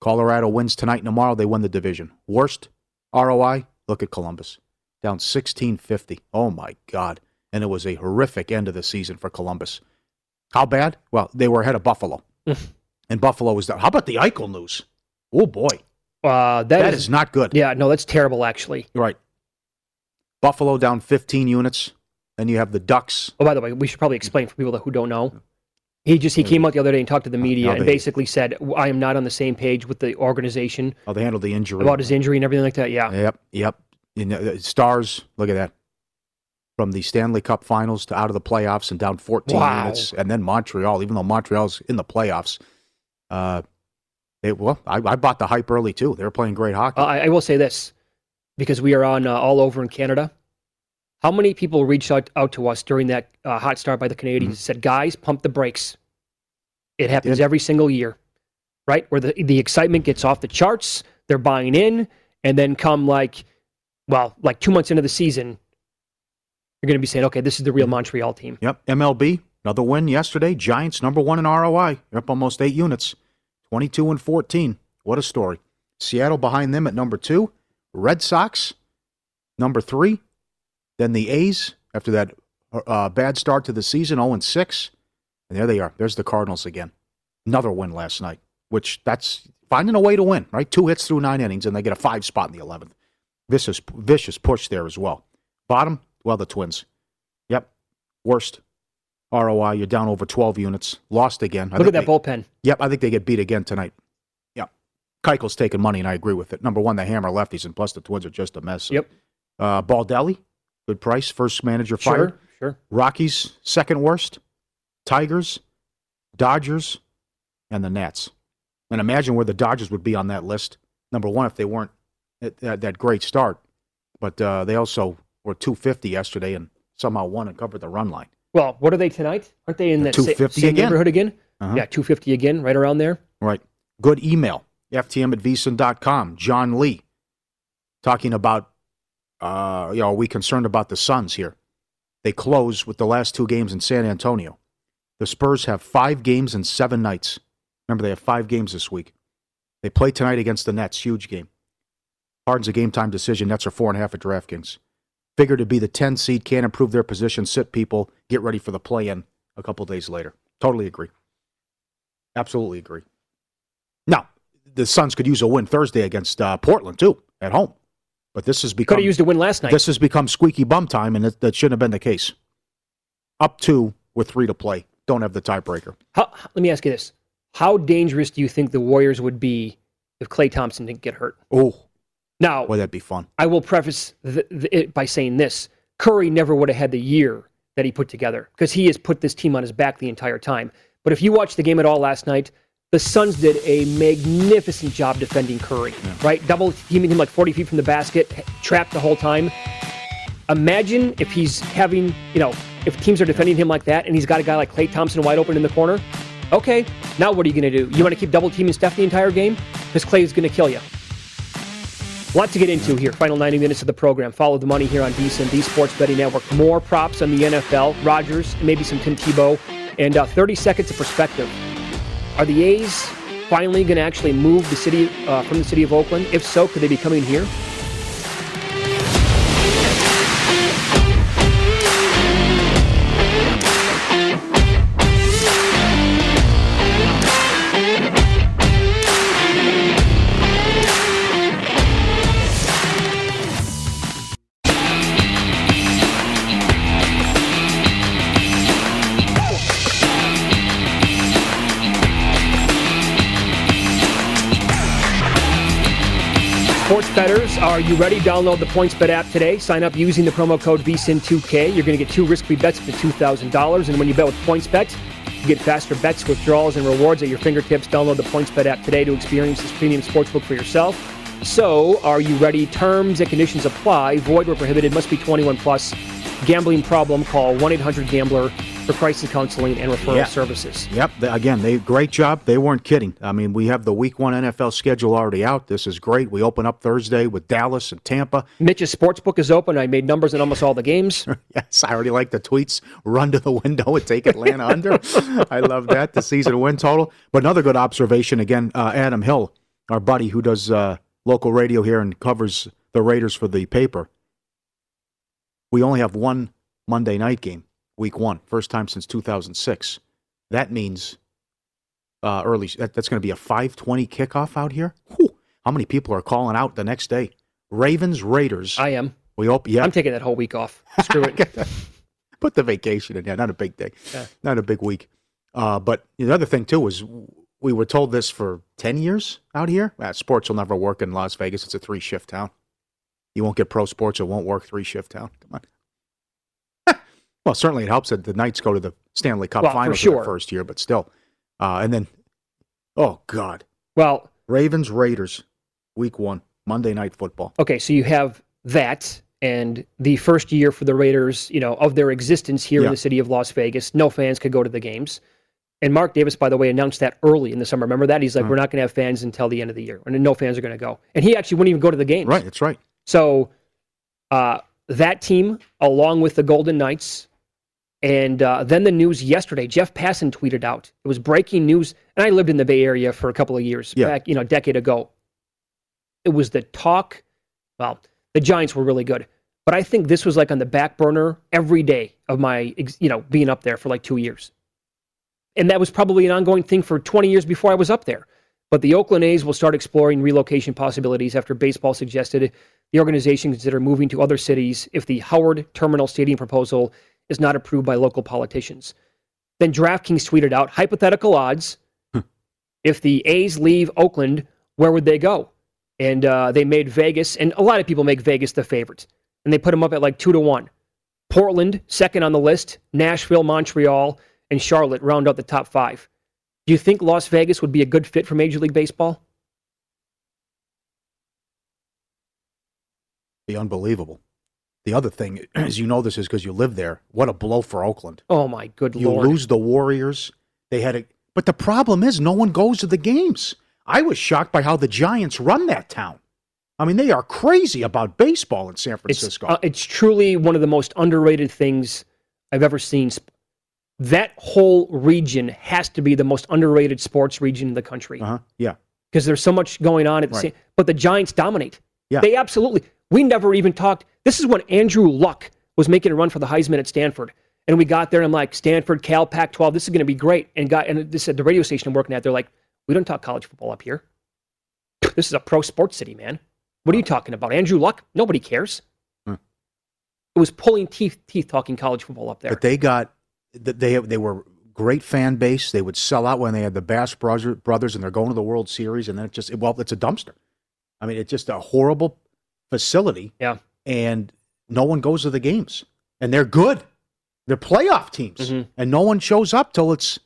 [SPEAKER 2] Colorado wins tonight and tomorrow. They win the division. Worst ROI. Look at Columbus, down sixteen fifty. Oh my God! And it was a horrific end of the season for Columbus. How bad? Well, they were ahead of Buffalo, and Buffalo was down. How about the Eichel news? Oh boy,
[SPEAKER 1] Uh,
[SPEAKER 2] that is not good.
[SPEAKER 1] Yeah, no, that's terrible actually.
[SPEAKER 2] Right. Buffalo down 15 units. Then you have the Ducks.
[SPEAKER 1] Oh, by the way, we should probably explain for people that who don't know. He just he came out the other day and talked to the media
[SPEAKER 2] Uh, now
[SPEAKER 1] and
[SPEAKER 2] they-
[SPEAKER 1] basically said, "W- "I am not on the same page with the organization
[SPEAKER 2] Oh, they handled the injury.
[SPEAKER 1] about his injury and everything like that." Yeah,
[SPEAKER 2] Yep, yep. You know, the stars, look at that. From the Stanley Cup finals to out of the playoffs and down 14
[SPEAKER 1] Wow.
[SPEAKER 2] units. And then Montreal, even though Montreal's in the playoffs, uh, they, well, I, I bought the hype early too. They were playing great hockey.
[SPEAKER 1] uh, I, I will say this because we are on uh, all over in Canada. How many people reached out, out to us during that uh, hot start by the Canadians and
[SPEAKER 2] Mm-hmm.
[SPEAKER 1] said, "Guys, pump the brakes." It happens
[SPEAKER 2] did.
[SPEAKER 1] every single year, right? Where the the excitement gets off the charts, they're buying in, and then come like, well, like two months into the season, you're going to be saying, "Okay, this is the real
[SPEAKER 2] Mm-hmm.
[SPEAKER 1] Montreal team."
[SPEAKER 2] Yep. MLB, another win yesterday. Giants number one in ROI. They're up almost eight units. 22 and 14. What a story. Seattle behind them at number two. Red Sox, number three, then the A's after that uh, bad start to the season, 0 and 6. And there they are. There's the Cardinals again. Another win last night, which that's finding a way to win, right? Two hits through nine innings, and they get a five spot in the 11th. Vicious, vicious push there as well. Bottom, well, the Twins. Yep. Worst ROI. You're down over 12 units. Lost again. I
[SPEAKER 1] Look at that
[SPEAKER 2] think they-
[SPEAKER 1] bullpen.
[SPEAKER 2] Yep, I think they get beat again tonight. Yep. Keuchel's taking money, and I agree with it. Number one, they hammer lefties, and plus the Twins are just a mess.
[SPEAKER 1] Yep.
[SPEAKER 2] Uh, Baldelli, good price. First manager fired.
[SPEAKER 1] Sure, sure.
[SPEAKER 2] Rockies, second worst. Tigers, Dodgers, and the Nats. And imagine where the Dodgers would be on that list. Number one, if they weren't at that, that great start. But uh, they also were 250 yesterday and somehow won and covered the run line.
[SPEAKER 1] Well, what are they tonight? Aren't they in
[SPEAKER 2] They're
[SPEAKER 1] that sa-
[SPEAKER 2] 250
[SPEAKER 1] same
[SPEAKER 2] again.
[SPEAKER 1] neighborhood again?
[SPEAKER 2] Uh-huh.
[SPEAKER 1] Yeah, 250 again, right around there.
[SPEAKER 2] Right. Good email, ftm at vison.com. John Lee talking about, uh, you know, are we concerned about the Suns here? They close with the last two games in San Antonio. The Spurs have five games in seven nights. Remember, they have five games this week. They play tonight against the Nets. Huge game. Harden's a game time decision. Nets are four and a half at DraftKings. Figure to be the 10 seed, can improve their position, sit people, get ready for the play in a couple days later. Totally agree. Absolutely agree. Now, the Suns could use a win Thursday against uh, Portland too at home, but this has
[SPEAKER 1] Could
[SPEAKER 2] become
[SPEAKER 1] have used a win last night.
[SPEAKER 2] this has become squeaky bum time, and it, that shouldn't have been the case. Up two with three to play, don't have the tiebreaker.
[SPEAKER 1] How, let me ask you this: How dangerous do you think the Warriors would be if Clay Thompson didn't get hurt?
[SPEAKER 2] Oh,
[SPEAKER 1] Now,
[SPEAKER 2] boy, that'd be fun.
[SPEAKER 1] I will preface th- th- it by saying this: Curry never would have had the year that he put together because he has put this team on his back the entire time. But if you watched the game at all last night, the Suns did a magnificent job defending Curry. Right, double teaming him like 40 feet from the basket, h- trapped the whole time. Imagine if he's having, you know, if teams are defending him like that, and he's got a guy like Clay Thompson wide open in the corner. Okay, now what are you going to do? You want to keep double teaming Steph the entire game because Clay is going to kill you. Lot to get into here. Final 90 minutes of the program. Follow the money here on VSIN, the Sports Betting Network. More props on the NFL, Rodgers, and maybe some Tim Tebow, and uh, 30 seconds of perspective. Are the A's finally going to actually move the city uh, from the city of Oakland? If so, could they be coming here? Sports betters, are you ready? Download the PointsBet app today. Sign up using the promo code VSIN2K. You're going to get two risk-free bets up to $2,000. And when you bet with PointsBet, you get faster bets, withdrawals, and rewards at your fingertips. Download the PointsBet app today to experience this premium sportsbook for yourself. So, are you ready? Terms and conditions apply. Void where prohibited. Must be 21 plus. Gambling problem? Call 1-800-GAMBLER for crisis counseling and referral
[SPEAKER 2] Yeah.
[SPEAKER 1] services.
[SPEAKER 2] Yep. They, again, they great job. They weren't kidding. I mean, we have the Week One NFL schedule already out. This is great. We open up Thursday with Dallas and Tampa.
[SPEAKER 1] Mitch's sportsbook is open. I made numbers in almost all the games.
[SPEAKER 2] Yes, I already like the tweets. Run to the window and take Atlanta under. I love that. The season win total. But another good observation again, uh, Adam Hill, our buddy who does uh, local radio here and covers the Raiders for the paper. We only have one Monday night game, week one, first time since 2006. That means uh, early. That, that's going to be a 5:20 kickoff out here. Whew. How many people are calling out the next day? Ravens Raiders.
[SPEAKER 1] I am.
[SPEAKER 2] we hope. Yeah,
[SPEAKER 1] I'm taking that whole week off. Screw it.
[SPEAKER 2] put the vacation in there. Not a big day, not a big week. Uh, but the other thing too is we were told this for ten years out here. Ah, sports will never work in Las Vegas. It's a three shift town. You won't get pro sports. It won't work three shift town. Come on. well, certainly it helps that the Knights go to the Stanley Cup
[SPEAKER 1] Well, for
[SPEAKER 2] Finals in
[SPEAKER 1] sure.
[SPEAKER 2] the first year, but still. Uh, and then, oh God,
[SPEAKER 1] Well,
[SPEAKER 2] Ravens Raiders, Week One, Monday Night Football.
[SPEAKER 1] okay, so you have that and the first year for the Raiders, you know, of their existence here
[SPEAKER 2] Yeah.
[SPEAKER 1] in the city of Las Vegas, no fans could go to the games. And Mark Davis, by the way, announced that early in the summer. Remember that? He's like, we're not going to have fans until the end of the year, and no fans are going to go. And he actually wouldn't even go to the games.
[SPEAKER 2] Right, that's right.
[SPEAKER 1] So uh, that team, along with the Golden Knights, and uh, then the news yesterday, Jeff Passan tweeted out. It was breaking news, and I lived in the Bay Area for a couple of years
[SPEAKER 2] Yeah.
[SPEAKER 1] back, you know, a decade ago. It was the talk Well, the Giants were really good, but I think this was like on the back burner every day of my, ex- you know, being up there for like two years, and that was probably an ongoing thing for 20 years before I was up there. But the Oakland A's will start exploring relocation possibilities after baseball suggested the organization consider moving to other cities if the Howard Terminal Stadium proposal is not approved by local politicians. Then DraftKings tweeted out hypothetical odds if the A's leave Oakland, where would they go? And uh, they made Vegas, and a lot of people make Vegas the favorite, and they put them up at like two to one. Portland, second on the list, Nashville, Montreal, and Charlotte round out the top five. Do you think Las Vegas would be a good fit for Major League Baseball?
[SPEAKER 2] Be unbelievable. The other thing is, you know, this is because you live there. What a blow for Oakland.
[SPEAKER 1] Oh my good
[SPEAKER 2] You
[SPEAKER 1] lord!
[SPEAKER 2] lose the Warriors. They had a, but the problem is, no one goes to the games. I was shocked by how the Giants run that town. I mean, they are crazy about baseball in San
[SPEAKER 1] it's,
[SPEAKER 2] Francisco.
[SPEAKER 1] uh, it's truly one of the most underrated things I've ever seen. Sp- That whole region has to be the most underrated sports region in the country.
[SPEAKER 2] Uh-huh. Yeah.
[SPEAKER 1] because there's so much going on at the
[SPEAKER 2] Right.
[SPEAKER 1] same but the Giants dominate.
[SPEAKER 2] Yeah.
[SPEAKER 1] They absolutely we never even talked. This is when Andrew Luck was making a run for the Heisman at Stanford. And we got there and I'm like Stanford, Cal, Pac twelve, this is gonna be great. And got and this at the radio station I'm working at, they're like, We don't talk college football up here. This is a pro sports city, man. What are you talking about? Andrew Luck? Nobody cares.
[SPEAKER 2] Hmm.
[SPEAKER 1] It was pulling teeth teeth talking college football up there.
[SPEAKER 2] But they got th- they they were great fan base. They would sell out when they had the Bass brother, brothers, and they're going to the World Series, and then it just well, it's a dumpster. I mean, it's just a horrible facility,
[SPEAKER 1] yeah.
[SPEAKER 2] and no one goes to the games, and they're good. They're playoff teams,
[SPEAKER 1] Mhm.
[SPEAKER 2] and no one shows up till it's.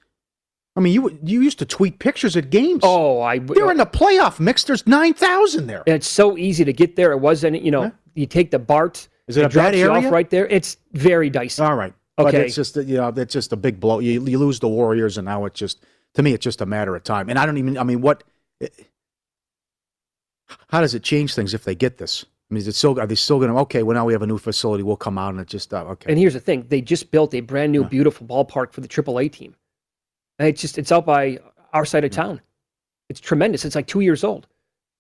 [SPEAKER 2] I mean, you you used to tweet pictures at games.
[SPEAKER 1] Oh, I
[SPEAKER 2] they're in the playoff mix. There's nine thousand there.
[SPEAKER 1] And it's so easy to get there. It wasn't, you know,
[SPEAKER 2] Yeah.
[SPEAKER 1] you take the BART.
[SPEAKER 2] Is it a
[SPEAKER 1] drops
[SPEAKER 2] bad
[SPEAKER 1] you
[SPEAKER 2] area? Oh,
[SPEAKER 1] off right there? It's very dicey.
[SPEAKER 2] All right. But
[SPEAKER 1] Okay.
[SPEAKER 2] it's just that, you know that's just a big blow. You, you lose the Warriors, and now it's just to me it's just a matter of time. And I don't even. I mean, what? eh, How does it change things if they get this? I mean, is it still are they still going to? Okay, well now we have a new facility. We'll come out and it just uh, okay.
[SPEAKER 1] and here's the thing: they just built a brand new, beautiful ballpark for the AAA team. And it's just it's out by our side of
[SPEAKER 2] Hmm.
[SPEAKER 1] town. It's tremendous. It's like two years old.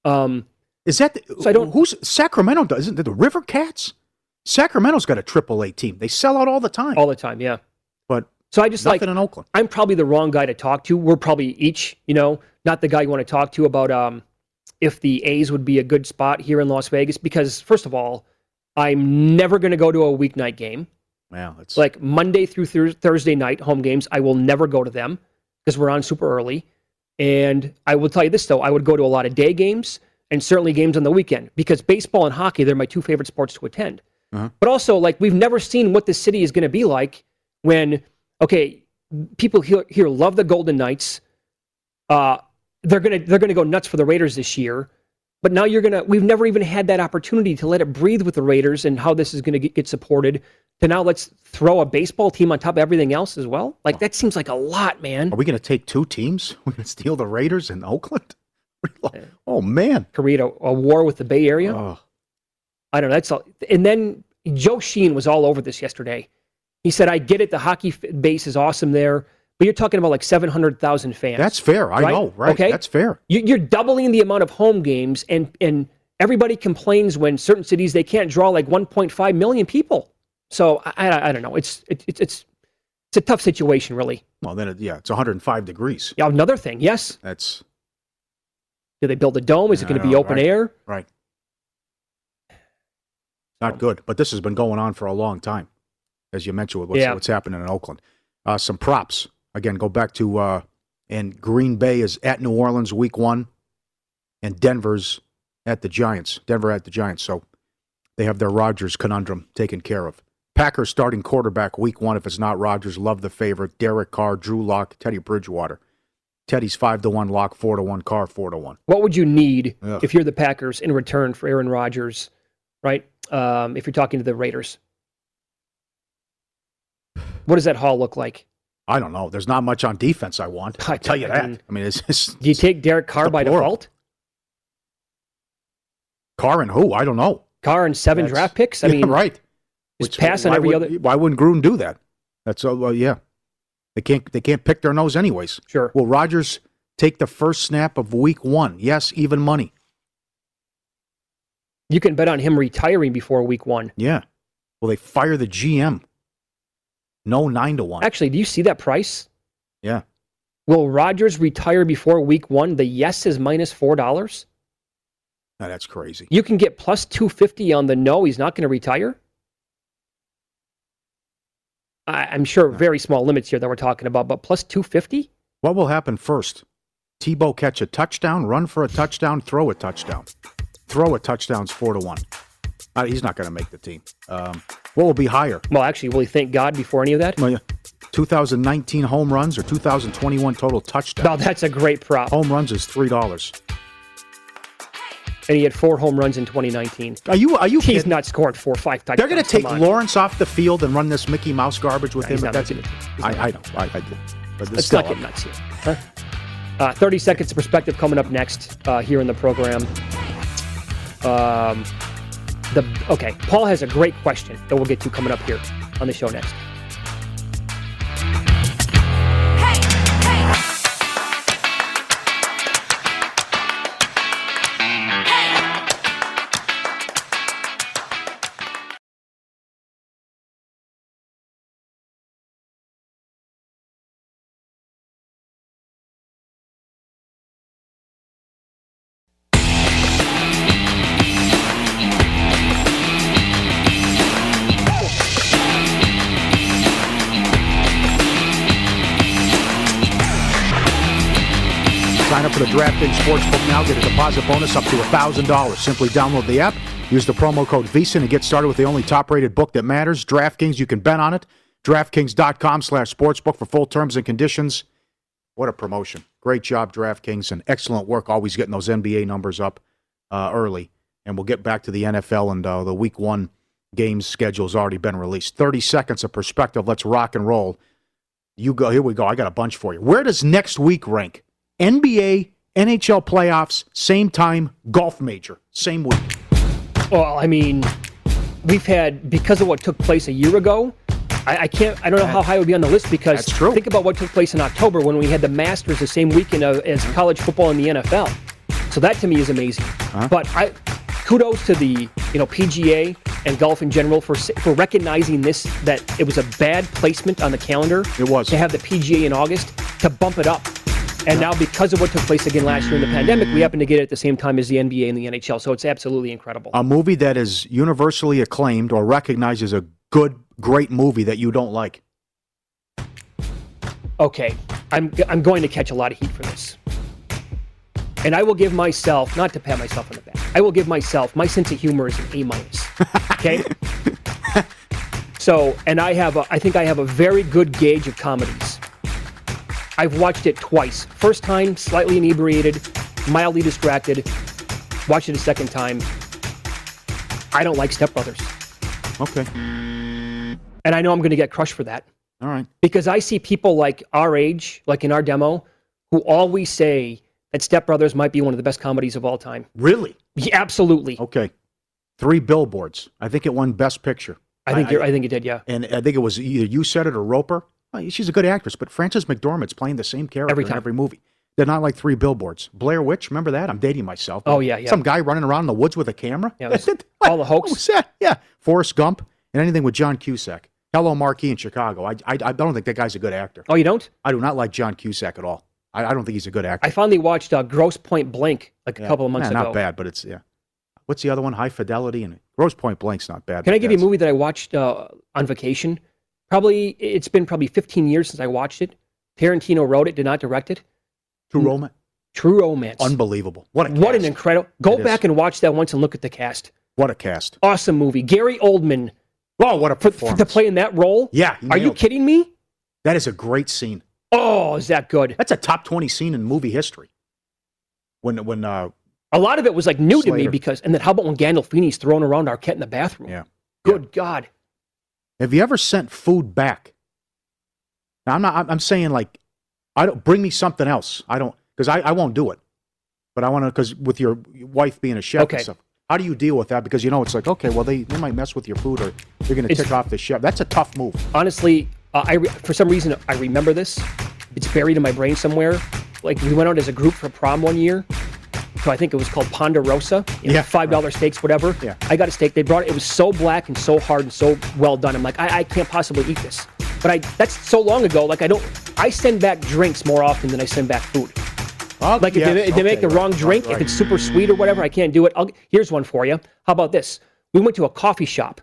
[SPEAKER 1] Um,
[SPEAKER 2] Is that the,
[SPEAKER 1] So I don't-
[SPEAKER 2] who's Sacramento? does- Isn't it the River Cats? Sacramento's got a AAA team. They sell out all the time,
[SPEAKER 1] all the time, yeah.
[SPEAKER 2] but
[SPEAKER 1] So I just Oh, like
[SPEAKER 2] nothing in Oakland.
[SPEAKER 1] I'm probably the wrong guy to talk to. We're probably each, you know, not the guy you want to talk to about um, if the A's would be a good spot here in Las Vegas. Because first of all, I'm never going to go to a weeknight game.
[SPEAKER 2] Well, it's
[SPEAKER 1] like Monday through Thur- Thursday night home games. I will never go to them because we're on super early. And I will tell you this though, I would go to a lot of day games and certainly games on the weekend because baseball and hockey they're my two favorite sports to attend. But also, like we've never seen what the city is going to be like when okay, people here, here love the Golden Knights. Uh, they're gonna they're gonna go nuts for the Raiders this year. But now you're gonna we've never even had that opportunity to let it breathe with the Raiders and how this is gonna get, get supported. To now let's throw a baseball team on top of everything else as well. Like that seems like a lot, man.
[SPEAKER 2] are we going to take two teams? We're going to steal the Raiders in Oakland? oh man.
[SPEAKER 1] Create a, a war with the Bay Area.
[SPEAKER 2] Oh.
[SPEAKER 1] I don't know. That's all. And then Joe Sheen was all over this yesterday. He said, "I get it. The hockey f- base is awesome there, but you're talking about like 700,000 fans.
[SPEAKER 2] That's fair. I
[SPEAKER 1] Right?
[SPEAKER 2] know, right?
[SPEAKER 1] Okay.
[SPEAKER 2] That's fair.
[SPEAKER 1] you, you're doubling the amount of home games and and everybody complains when certain cities they can't draw like 1.5 million people so i, I, I don't know it's it, it's it's it's a tough situation really
[SPEAKER 2] Well, then, it, yeah, it's 105 degrees.
[SPEAKER 1] yeah, another thing yes
[SPEAKER 2] That's
[SPEAKER 1] do they build a dome is it
[SPEAKER 2] I
[SPEAKER 1] going to be
[SPEAKER 2] know,
[SPEAKER 1] open
[SPEAKER 2] right.
[SPEAKER 1] air
[SPEAKER 2] right. Not good. But this has been going on for a long time, as you mentioned with what's,
[SPEAKER 1] Yeah.
[SPEAKER 2] what's happening in Oakland. Uh, some props. Again, go back to, uh, and Green Bay is at New Orleans week one, and Denver's at the Giants. Denver at the Giants. So they have their Rodgers conundrum taken care of. Packers starting quarterback week one. If it's not Rodgers, love the favorite. Derek Carr, Drew Lock, Teddy Bridgewater. Teddy's five to one, Lock four to one, Carr four to one.
[SPEAKER 1] what would you need
[SPEAKER 2] Ugh.
[SPEAKER 1] if you're the packers in return for aaron rodgers right um, if you're talking to the raiders what does that hall look like
[SPEAKER 2] I don't know. There's not much on defense I want. I tell you
[SPEAKER 1] I
[SPEAKER 2] that.
[SPEAKER 1] mean-
[SPEAKER 2] I mean, it's just
[SPEAKER 1] do you take derek carr by
[SPEAKER 2] Deplorable.
[SPEAKER 1] default
[SPEAKER 2] Carr and who? I don't know.
[SPEAKER 1] carr and seven
[SPEAKER 2] That's-
[SPEAKER 1] draft picks i
[SPEAKER 2] Yeah,
[SPEAKER 1] mean
[SPEAKER 2] right.
[SPEAKER 1] just pass on
[SPEAKER 2] why
[SPEAKER 1] every
[SPEAKER 2] would-
[SPEAKER 1] other-
[SPEAKER 2] Why wouldn't Gruden do that? That's all. Well, yeah, they can't. They can't pick their nose anyways.
[SPEAKER 1] sure
[SPEAKER 2] Will Rogers take the first snap of Week One? Yes, even money.
[SPEAKER 1] You can bet on him retiring before week one.
[SPEAKER 2] Yeah. Well, they fire the GM. No nine to one.
[SPEAKER 1] Actually, do you see that price?
[SPEAKER 2] Yeah.
[SPEAKER 1] Will Rodgers retire before week one? The yes is minus four dollars.
[SPEAKER 2] Now, that's crazy.
[SPEAKER 1] You can get plus two fifty on the no. He's not going to retire. I, I'm sure very small limits here that we're talking about, but plus two fifty.
[SPEAKER 2] What will happen first? Tebow catch a touchdown, run for a touchdown, throw a touchdown. Throw a touchdown's four to one. Uh, he's not going to make the team. Um, what will be higher?
[SPEAKER 1] Well, actually, will he thank God before any of that?
[SPEAKER 2] Well, yeah, 2019 home runs or 2021 total touchdowns?
[SPEAKER 1] Now that's a great prop.
[SPEAKER 2] Home runs is three dollars.
[SPEAKER 1] And he had four home runs in 2019.
[SPEAKER 2] Are you? Are you?
[SPEAKER 1] He's
[SPEAKER 2] kidding?
[SPEAKER 1] not scored four or five touchdowns.
[SPEAKER 2] They're going to take
[SPEAKER 1] Come on.
[SPEAKER 2] Lawrence off the field and run this Mickey Mouse garbage with
[SPEAKER 1] he's
[SPEAKER 2] him.
[SPEAKER 1] not
[SPEAKER 2] But that's
[SPEAKER 1] making the team. He's not
[SPEAKER 2] I, I know. I, I do. But this
[SPEAKER 1] Let's
[SPEAKER 2] still,
[SPEAKER 1] not get nuts here. huh? Uh, 30 seconds perspective coming up next uh, here in the program. Um, the okay, Paul has a great question that we'll get to coming up here on the show next.
[SPEAKER 2] sign up for the DraftKings Sportsbook now. Get a deposit bonus up to thousand dollars. Simply download the app, use the promo code VEASAN, and get started with the only top-rated book that matters, DraftKings. You can bet on it. DraftKings.com/sportsbook for full terms and conditions. What a promotion! Great job, DraftKings, and excellent work always getting those NBA numbers up uh, early. And we'll get back to the NFL and uh, the Week One games schedule's already been released. Thirty seconds of perspective. Let's rock and roll. You go. Here we go. I got a bunch for you. Where does next week rank? NBA, NHL playoffs, same time, golf major, same week.
[SPEAKER 1] Well, I mean, we've had because of what took place a year ago. I, I can't. I don't know how high it would be on the list because
[SPEAKER 2] That's true.
[SPEAKER 1] think about what took place in October when we had the Masters the same weekend of, as college football and the NFL. So that to me is amazing.
[SPEAKER 2] Uh-huh.
[SPEAKER 1] But I kudos to the you know PGA and golf in general for s- for recognizing this that it was a bad placement on the calendar.
[SPEAKER 2] It was.
[SPEAKER 1] to have the PGA in August to bump it up. And now, because of what took place again last year in the pandemic, we happen to get it at the same time as the NBA and the NHL. So it's absolutely incredible.
[SPEAKER 2] A movie that is universally acclaimed or recognized as a good, great movie that you don't like.
[SPEAKER 1] okay, I'm I'm going to catch a lot of heat for this. And I will give myself, not to pat myself on the back, I will give myself my sense of humor is an A minus. Okay. so, and I have, a, I think I have a very good gauge of comedies. I've watched it twice. First time, slightly inebriated, mildly distracted. Watched it a second time. I don't like Step Brothers,
[SPEAKER 2] Okay.
[SPEAKER 1] and I know I'm going to get crushed for that
[SPEAKER 2] All right.
[SPEAKER 1] because I see people like our age, like in our demo, who always say that Step Brothers might be one of the best comedies of all time.
[SPEAKER 2] Really?
[SPEAKER 1] Yeah, absolutely.
[SPEAKER 2] Okay. Three billboards. I think it won Best Picture.
[SPEAKER 1] I think
[SPEAKER 2] I-
[SPEAKER 1] you're, I think you did. Yeah,
[SPEAKER 2] And I think it was either you said it or Roper. Oh, She's a good actress, but Frances McDormand's playing the same character
[SPEAKER 1] Every
[SPEAKER 2] in
[SPEAKER 1] time.
[SPEAKER 2] every movie. They're not like three billboards. Blair Witch, remember that? I'm dating myself.
[SPEAKER 1] Oh, yeah, yeah.
[SPEAKER 2] Some guy running around in the woods with a camera.
[SPEAKER 1] Yeah, it was
[SPEAKER 2] What?
[SPEAKER 1] all a hoax.
[SPEAKER 2] What was that? Yeah. Forrest Gump and anything with John Cusack. Hello, Marquee in Chicago. I, I, I don't think that guy's a good actor.
[SPEAKER 1] Oh, you don't?
[SPEAKER 2] I do not like John Cusack at all. I, I don't think he's a good actor.
[SPEAKER 1] I finally watched uh, Gross Point Blank like a
[SPEAKER 2] Yeah.
[SPEAKER 1] couple of months
[SPEAKER 2] Yeah,
[SPEAKER 1] ago.
[SPEAKER 2] Not bad, but it's yeah. What's the other one? High Fidelity and Gross Point Blank's not bad.
[SPEAKER 1] Can I
[SPEAKER 2] but
[SPEAKER 1] give you a
[SPEAKER 2] that's-
[SPEAKER 1] movie that I watched uh, on vacation? Probably it's been probably 15 years since I watched it. Tarantino wrote it, did not direct it.
[SPEAKER 2] True Romance.
[SPEAKER 1] True Romance.
[SPEAKER 2] Unbelievable. What a cast.
[SPEAKER 1] what an incredible! Go
[SPEAKER 2] It is.
[SPEAKER 1] back and watch that once and look at the cast.
[SPEAKER 2] what a cast.
[SPEAKER 1] Awesome movie. Gary Oldman
[SPEAKER 2] Oh, what a
[SPEAKER 1] for,
[SPEAKER 2] performance.
[SPEAKER 1] to play in that role.
[SPEAKER 2] Yeah, he
[SPEAKER 1] Are you
[SPEAKER 2] nailed it.
[SPEAKER 1] kidding me?
[SPEAKER 2] That is a great scene.
[SPEAKER 1] Oh, is that good?
[SPEAKER 2] That's a top twenty scene in movie history. When when uh
[SPEAKER 1] A lot of it was like new to me
[SPEAKER 2] Slater.
[SPEAKER 1] because, and then how about when Gandolfini's thrown around Arquette in the bathroom?
[SPEAKER 2] yeah.
[SPEAKER 1] Good God.
[SPEAKER 2] Have you ever sent food back? Now I'm not. I'm- I'm saying like, I don't bring me something else. I don't because I, I won't do it. But I want to because with your wife being a chef
[SPEAKER 1] Okay.
[SPEAKER 2] and stuff. How do you deal with that? Because you know it's like okay, well they, they might mess with your food or you're gonna
[SPEAKER 1] It's-
[SPEAKER 2] tick off the chef. That's a tough move.
[SPEAKER 1] Honestly, uh, I re- for some reason I remember this. It's buried in my brain somewhere. Like we went out as a group for prom one year, to I think it was called Ponderosa, you know,
[SPEAKER 2] Yeah.
[SPEAKER 1] five dollar steaks, whatever.
[SPEAKER 2] Yeah.
[SPEAKER 1] I got a steak. They brought it. It was so black and so hard and so well done. I'm like, I, I can't possibly eat this. But I that's so long ago. Like I don't. I send back drinks more often than I send back food. Like if
[SPEAKER 2] yeah,
[SPEAKER 1] they, if they
[SPEAKER 2] okay,
[SPEAKER 1] make the
[SPEAKER 2] right,
[SPEAKER 1] wrong
[SPEAKER 2] right,
[SPEAKER 1] drink,
[SPEAKER 2] right.
[SPEAKER 1] if it's super sweet or whatever, I can't do it. I'll, here's one for you. How about this? We went to a coffee shop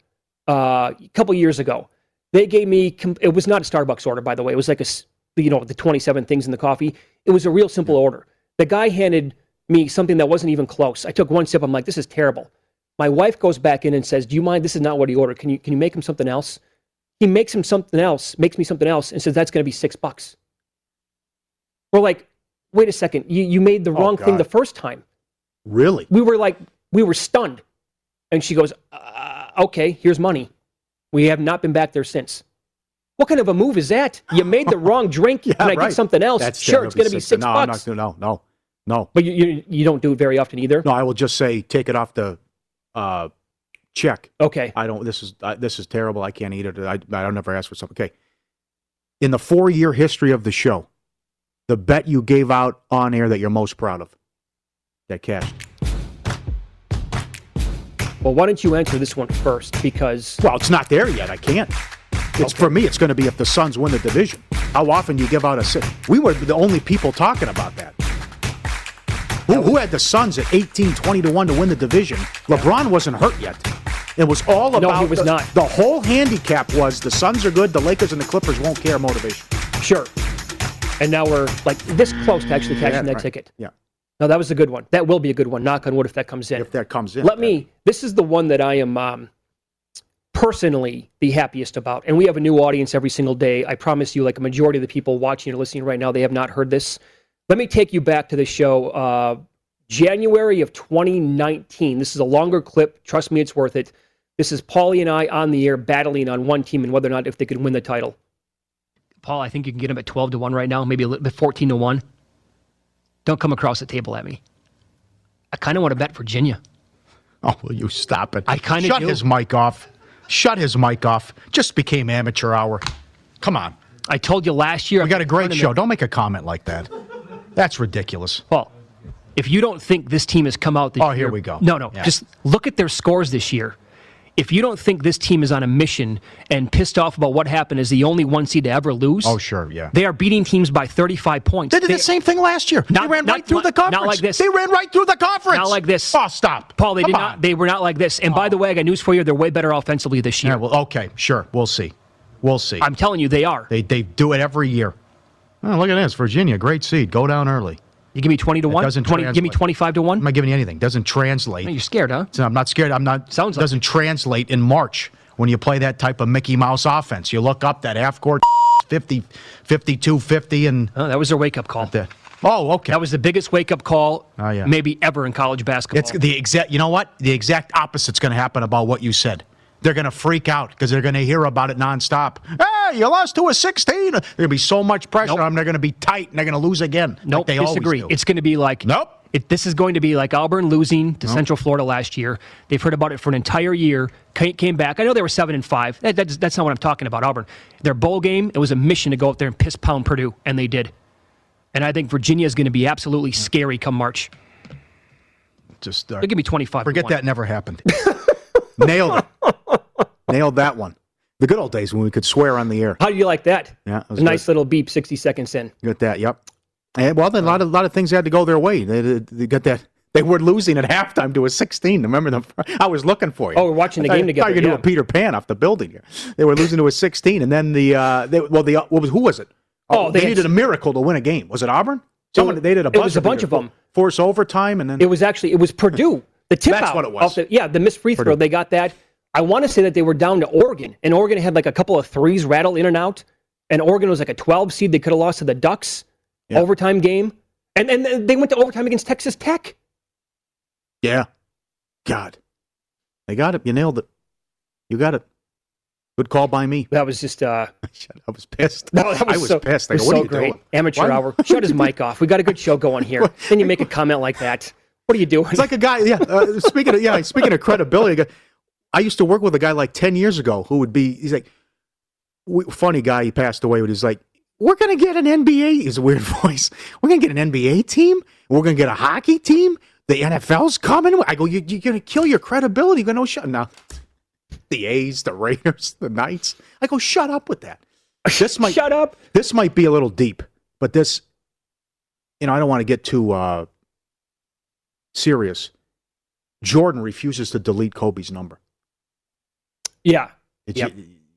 [SPEAKER 1] uh, a couple years ago. They gave me com- it was not a Starbucks order, by the way. It was like a s- you know the 27 things in the coffee. It was a real simple order. The guy handed me something that wasn't even close. I took one sip. I'm like, this is terrible. My wife goes back in and says, "Do you mind? This is not what he ordered. Can you can you make him something else?" He makes him something else, makes me something else, and says that's going to be six bucks. We're like, wait a second, you, you made the wrong thing
[SPEAKER 2] Oh, God.
[SPEAKER 1] the first time.
[SPEAKER 2] Really?
[SPEAKER 1] We were like, we were stunned. And she goes, uh, okay, here's money. We have not been back there since. What kind of a move is that? You made the wrong drink, and I get
[SPEAKER 2] right.
[SPEAKER 1] something else.
[SPEAKER 2] That's
[SPEAKER 1] sure, it's going to be six
[SPEAKER 2] no, I'm
[SPEAKER 1] bucks.
[SPEAKER 2] not, no, no, no.
[SPEAKER 1] but you, you you don't do it very often either.
[SPEAKER 2] No, I will just say take it off the uh, check.
[SPEAKER 1] Okay,
[SPEAKER 2] I don't. This is uh, this is terrible. I can't eat it. I I don't never ask for something. Okay. In the four year history of the show, the bet you gave out on air that you're most proud of that cashed.
[SPEAKER 1] well, why don't you answer this one first? Because
[SPEAKER 2] Well, it's not there yet. I can't. It's for me. It's going to be if the Suns win the division. How often do you give out a? si- We were the only people talking about that. Who, who had the Suns at 18, 20 to one to win the division? LeBron wasn't hurt yet. It was all
[SPEAKER 1] he
[SPEAKER 2] about.
[SPEAKER 1] was
[SPEAKER 2] the,
[SPEAKER 1] not.
[SPEAKER 2] The whole handicap was the Suns are good. The Lakers and the Clippers won't care. Motivation.
[SPEAKER 1] sure. And now we're like this close to actually cashing that
[SPEAKER 2] right.
[SPEAKER 1] ticket.
[SPEAKER 2] Yeah.
[SPEAKER 1] No, that was a good one. That will be a good one. Knock on wood if that comes in.
[SPEAKER 2] If that comes in.
[SPEAKER 1] Let me. This is the one that I am um, personally the happiest about, and we have a new audience every single day. I promise you, like a majority of the people watching or listening right now, they have not heard this. Let me take you back to the show, uh, January of 2019. This is a longer clip. Trust me, it's worth it. This is Paulie and I on the air battling on one team and whether or not if they could win the title. Paul, I think you can get him at 12 to 1 right now, maybe a little bit 14 to 1. Don't come across the table at me. I kind of want to bet Virginia.
[SPEAKER 2] Oh, will you stop it?
[SPEAKER 1] I kinda
[SPEAKER 2] shut
[SPEAKER 1] do.
[SPEAKER 2] his mic off. Shut his mic off. Just became amateur hour. Come on.
[SPEAKER 1] I told you last year.
[SPEAKER 2] We got a great show. Don't make a comment like that. That's ridiculous.
[SPEAKER 1] Paul, if you don't think this team has come out this
[SPEAKER 2] Oh,
[SPEAKER 1] year,
[SPEAKER 2] here we go.
[SPEAKER 1] No, no.
[SPEAKER 2] Yeah.
[SPEAKER 1] Just look at their scores this year. If you don't think this team is on a mission and pissed off about what happened is the only one seed to ever lose,
[SPEAKER 2] Oh, sure, yeah.
[SPEAKER 1] they are beating teams by 35 points.
[SPEAKER 2] They did
[SPEAKER 1] They-
[SPEAKER 2] the same thing last year.
[SPEAKER 1] Not-
[SPEAKER 2] they ran
[SPEAKER 1] not
[SPEAKER 2] right through
[SPEAKER 1] li-
[SPEAKER 2] the
[SPEAKER 1] not
[SPEAKER 2] conference.
[SPEAKER 1] like this.
[SPEAKER 2] They ran right through the conference.
[SPEAKER 1] Not like this.
[SPEAKER 2] Oh, stop.
[SPEAKER 1] Paul, they
[SPEAKER 2] Come
[SPEAKER 1] did
[SPEAKER 2] on. Oh.
[SPEAKER 1] not. They were not like this. And by the way, I got news for you. They're way better offensively this year.
[SPEAKER 2] Yeah, well, okay, sure. We'll see. We'll see.
[SPEAKER 1] I'm telling you, they are.
[SPEAKER 2] they they do it every year. Oh, look at this. Virginia, great seed. Go down early.
[SPEAKER 1] You give me 20 to one.
[SPEAKER 2] doesn't
[SPEAKER 1] 20, give me
[SPEAKER 2] translate.
[SPEAKER 1] 25 to
[SPEAKER 2] I'm
[SPEAKER 1] one. Oh,
[SPEAKER 2] not giving you anything. Doesn't translate.
[SPEAKER 1] You're scared, huh?
[SPEAKER 2] So I'm not scared. I'm not.
[SPEAKER 1] Sounds like
[SPEAKER 2] doesn't translate in March when you play that type of Mickey Mouse offense. You look up that half court 50, 52, 50, and
[SPEAKER 1] Oh, that was their wake up call.
[SPEAKER 2] the, oh, okay.
[SPEAKER 1] That was the biggest wake up call
[SPEAKER 2] Oh, yeah.
[SPEAKER 1] maybe ever in college basketball.
[SPEAKER 2] It's the exact. You know what? The exact opposite's going to happen about what you said. They're going to freak out because they're going to hear about it nonstop. Hey, you lost to a 16. There's going to be so much pressure
[SPEAKER 1] Nope.
[SPEAKER 2] on them. They're going to be tight and they're going to lose again. like
[SPEAKER 1] Nope,
[SPEAKER 2] they always
[SPEAKER 1] disagree.
[SPEAKER 2] do.
[SPEAKER 1] It's going to be like
[SPEAKER 2] Nope.
[SPEAKER 1] It, this is going to be like Auburn losing to Central Florida last year. They've heard about it for an entire year. Came, came back. I know they were seven and five. That, that's, that's not what I'm talking about. Auburn, their bowl game. It was a mission to go out there and piss pound Purdue, and they did. And I think Virginia is going to be absolutely scary come March.
[SPEAKER 2] just uh,
[SPEAKER 1] They'll give me 25. to
[SPEAKER 2] forget
[SPEAKER 1] one.
[SPEAKER 2] that never happened. Nailed it. Nailed that one. The good old days when we could swear on the air.
[SPEAKER 1] How do you like that?
[SPEAKER 2] Yeah, that was
[SPEAKER 1] A nice
[SPEAKER 2] good.
[SPEAKER 1] little beep. 60 seconds in.
[SPEAKER 2] You Got that. Yep. And well, then a lot of lot of things had to go their way. They, they, they got that. They were losing at halftime to a 16. Remember them? I was looking for you.
[SPEAKER 1] Oh, we're watching the
[SPEAKER 2] I
[SPEAKER 1] game
[SPEAKER 2] thought you- I
[SPEAKER 1] together,
[SPEAKER 2] thought You could
[SPEAKER 1] yeah.
[SPEAKER 2] do a Peter Pan off the building here. They were losing to a 16, and then the uh, they, well, the what was who was it?
[SPEAKER 1] Oh, they
[SPEAKER 2] they,
[SPEAKER 1] had-
[SPEAKER 2] needed a miracle to win a game. Was it Auburn? Someone
[SPEAKER 1] was-
[SPEAKER 2] they did a
[SPEAKER 1] it
[SPEAKER 2] buzzer
[SPEAKER 1] was a bunch
[SPEAKER 2] beater,
[SPEAKER 1] of 'em.
[SPEAKER 2] Force overtime, and then
[SPEAKER 1] It was actually it was Purdue. The tip
[SPEAKER 2] That's
[SPEAKER 1] out.
[SPEAKER 2] what it was.
[SPEAKER 1] off the- yeah, the missed free throw. They got that. I want to say that they were down to Oregon, and Oregon had like a couple of threes rattle in and out, and Oregon was like a 12 seed. They could have lost to the Ducks overtime game, and and they went to overtime against Texas Tech.
[SPEAKER 2] yeah, God, they got it. You nailed it. You got it. Good call by me.
[SPEAKER 1] That was just uh,
[SPEAKER 2] I was pissed.
[SPEAKER 1] that was,
[SPEAKER 2] I was
[SPEAKER 1] so,
[SPEAKER 2] pissed.
[SPEAKER 1] it
[SPEAKER 2] Like,
[SPEAKER 1] was
[SPEAKER 2] what
[SPEAKER 1] so
[SPEAKER 2] are you
[SPEAKER 1] great.
[SPEAKER 2] doing?
[SPEAKER 1] Amateur
[SPEAKER 2] Why-
[SPEAKER 1] hour. Shut his mic off. We got a good show going here. then you make a comment like that. What are you doing?
[SPEAKER 2] It's like a guy. Yeah. Uh, speaking of yeah, speaking of credibility, I used to work with a guy like ten years ago who would be. He's like, we, funny guy. He passed away, but he's like, we're gonna get an NBA. He's a weird voice. We're gonna get an NBA team. We're gonna get a hockey team. the NFL's coming. I go, you, you're going to kill your credibility. You go, no, shut now. The A's, the Raiders, the Knights. I go, shut up with that. This might
[SPEAKER 1] Shut up.
[SPEAKER 2] this might be a little deep, but this, you know, I don't want to get too uh, serious. Jordan refuses to delete Kobe's number.
[SPEAKER 1] Yeah.
[SPEAKER 2] It's,
[SPEAKER 1] Yep.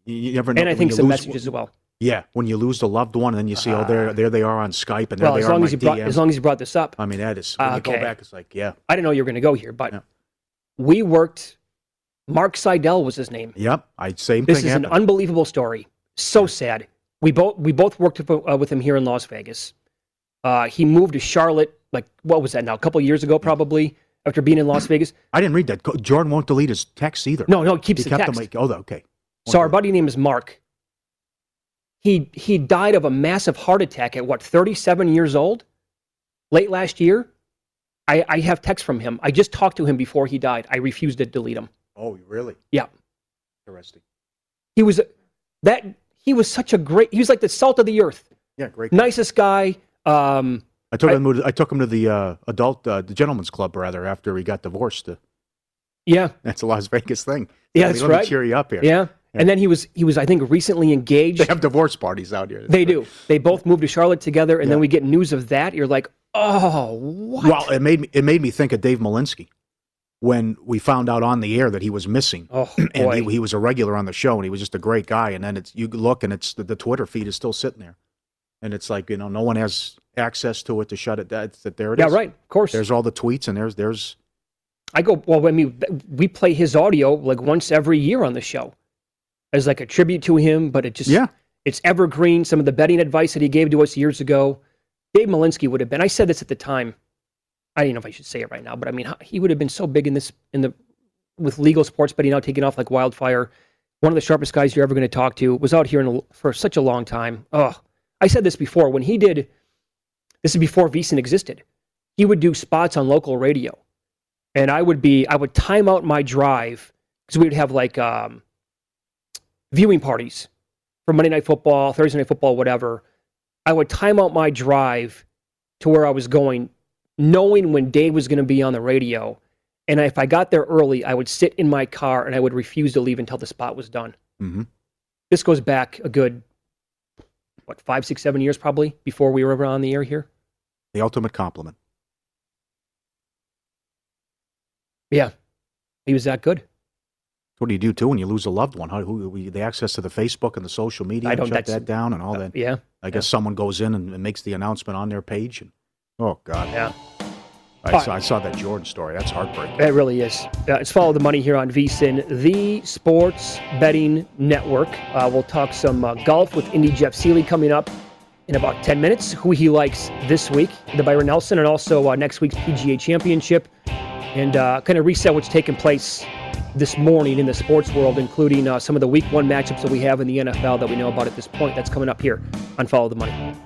[SPEAKER 2] you, you never know.
[SPEAKER 1] And I
[SPEAKER 2] when
[SPEAKER 1] think
[SPEAKER 2] you
[SPEAKER 1] some
[SPEAKER 2] lose-
[SPEAKER 1] messages as well.
[SPEAKER 2] Yeah, when you lose the loved one, and then you see, oh, there, there they are on Skype, and there
[SPEAKER 1] Well,
[SPEAKER 2] they
[SPEAKER 1] as
[SPEAKER 2] are
[SPEAKER 1] long
[SPEAKER 2] on
[SPEAKER 1] as
[SPEAKER 2] my
[SPEAKER 1] you brought
[SPEAKER 2] DM.
[SPEAKER 1] as long as you brought this up,
[SPEAKER 2] I mean, that is. When you
[SPEAKER 1] Okay.
[SPEAKER 2] go back, it's like, yeah,
[SPEAKER 1] I didn't know you were going to go here, but
[SPEAKER 2] Yeah.
[SPEAKER 1] we worked. Mark Seidel was his name.
[SPEAKER 2] yep. I same
[SPEAKER 1] This
[SPEAKER 2] thing
[SPEAKER 1] is an
[SPEAKER 2] happened.
[SPEAKER 1] unbelievable story. So sad. We both we both worked with- uh, with him here in Las Vegas. Uh, he moved to Charlotte, like what was that now? A couple years ago, probably after being in Las Vegas.
[SPEAKER 2] I didn't read that. Co- Jordan won't delete his text either.
[SPEAKER 1] No, no, he keeps the
[SPEAKER 2] he kept
[SPEAKER 1] text.
[SPEAKER 2] them. Like, oh, okay.
[SPEAKER 1] So our buddy name is Mark. He he died of a massive heart attack at what 37 years old, late last year. I, I have text from him. I just talked to him before he died. I refused to delete him.
[SPEAKER 2] Oh, really?
[SPEAKER 1] Yeah,
[SPEAKER 2] Interesting.
[SPEAKER 1] he was that he was such a great. He was like the salt of the earth,
[SPEAKER 2] Yeah, great.
[SPEAKER 1] nicest guy. Um,
[SPEAKER 2] I took
[SPEAKER 1] I-
[SPEAKER 2] him. To, I took him to the uh, adult, uh, the gentleman's club, rather. After he got divorced, Uh,
[SPEAKER 1] yeah,
[SPEAKER 2] that's a Las Vegas thing.
[SPEAKER 1] Yeah,
[SPEAKER 2] Let me-
[SPEAKER 1] that's
[SPEAKER 2] let me
[SPEAKER 1] right.
[SPEAKER 2] cheer you up here.
[SPEAKER 1] yeah, And then he was he was I think recently
[SPEAKER 2] they
[SPEAKER 1] engaged.
[SPEAKER 2] have divorce parties out here.
[SPEAKER 1] They do. They both moved to Charlotte together, and then we get news of that. You're like, oh, what?
[SPEAKER 2] Well, it made me. It made me think of Dave Malinsky when we found out on the air that he was missing.
[SPEAKER 1] oh
[SPEAKER 2] and
[SPEAKER 1] boy.
[SPEAKER 2] he, he was a regular on the show, and he was just a great guy. And then it's you look, and it's the, the Twitter feed is still sitting there, and it's like you know, no one has access to it to shut it. That's that there it is.
[SPEAKER 1] yeah, right. Of course.
[SPEAKER 2] There's all the tweets, and there's there's
[SPEAKER 1] I go, well, I mean, th- we play his audio like once every year on the show as like a tribute to him, but it just,
[SPEAKER 2] yeah.
[SPEAKER 1] it's evergreen. Some of the betting advice that he gave to us years ago, Dave Malinsky would have been, I said this at the time. I don't know if I should say it right now, but I mean, h- he would have been so big in this, in the, with legal sports betting now taking off like wildfire. One of the sharpest guys you're ever going to talk to was out here in, a l- for such a long time. Oh, I said this before when he did, this is before VEASAN existed. He would do spots on local radio and I would be I would time out my drive because we would have like um, viewing parties for Monday Night Football, Thursday Night Football, whatever. I would time out my drive to where I was going, knowing when Dave was going to be on the radio. And if I got there early, I would sit in my car and I would refuse to leave until the spot was done.
[SPEAKER 2] Mm-hmm.
[SPEAKER 1] This goes back a good, what, five, six, seven years probably before we were ever on the air here.
[SPEAKER 2] The ultimate compliment.
[SPEAKER 1] Yeah. He was that good.
[SPEAKER 2] What do you do too when you lose a loved one? How, who, who- the access to the Facebook and the social media
[SPEAKER 1] I
[SPEAKER 2] and
[SPEAKER 1] don't-
[SPEAKER 2] shut
[SPEAKER 1] that's- uh,
[SPEAKER 2] that down and all that.
[SPEAKER 1] Yeah.
[SPEAKER 2] I guess someone goes in and, and makes the announcement on their page. And, oh God,
[SPEAKER 1] Yeah.
[SPEAKER 2] I, saw, I saw that Jordan story. That's heartbreaking.
[SPEAKER 1] It really is. Uh, it's Follow the Money here on VSIN, the Sports Betting Network. Uh, we'll talk some uh, golf with Indy Jeff Seeley coming up in about 10 minutes, who he likes this week, the Byron Nelson, and also uh, next week's PGA Championship, and uh, kind of reset what's taking place this morning in the sports world, including uh, some of the week one matchups that we have in the NFL that we know about at this point. That's coming up here on Follow the Money.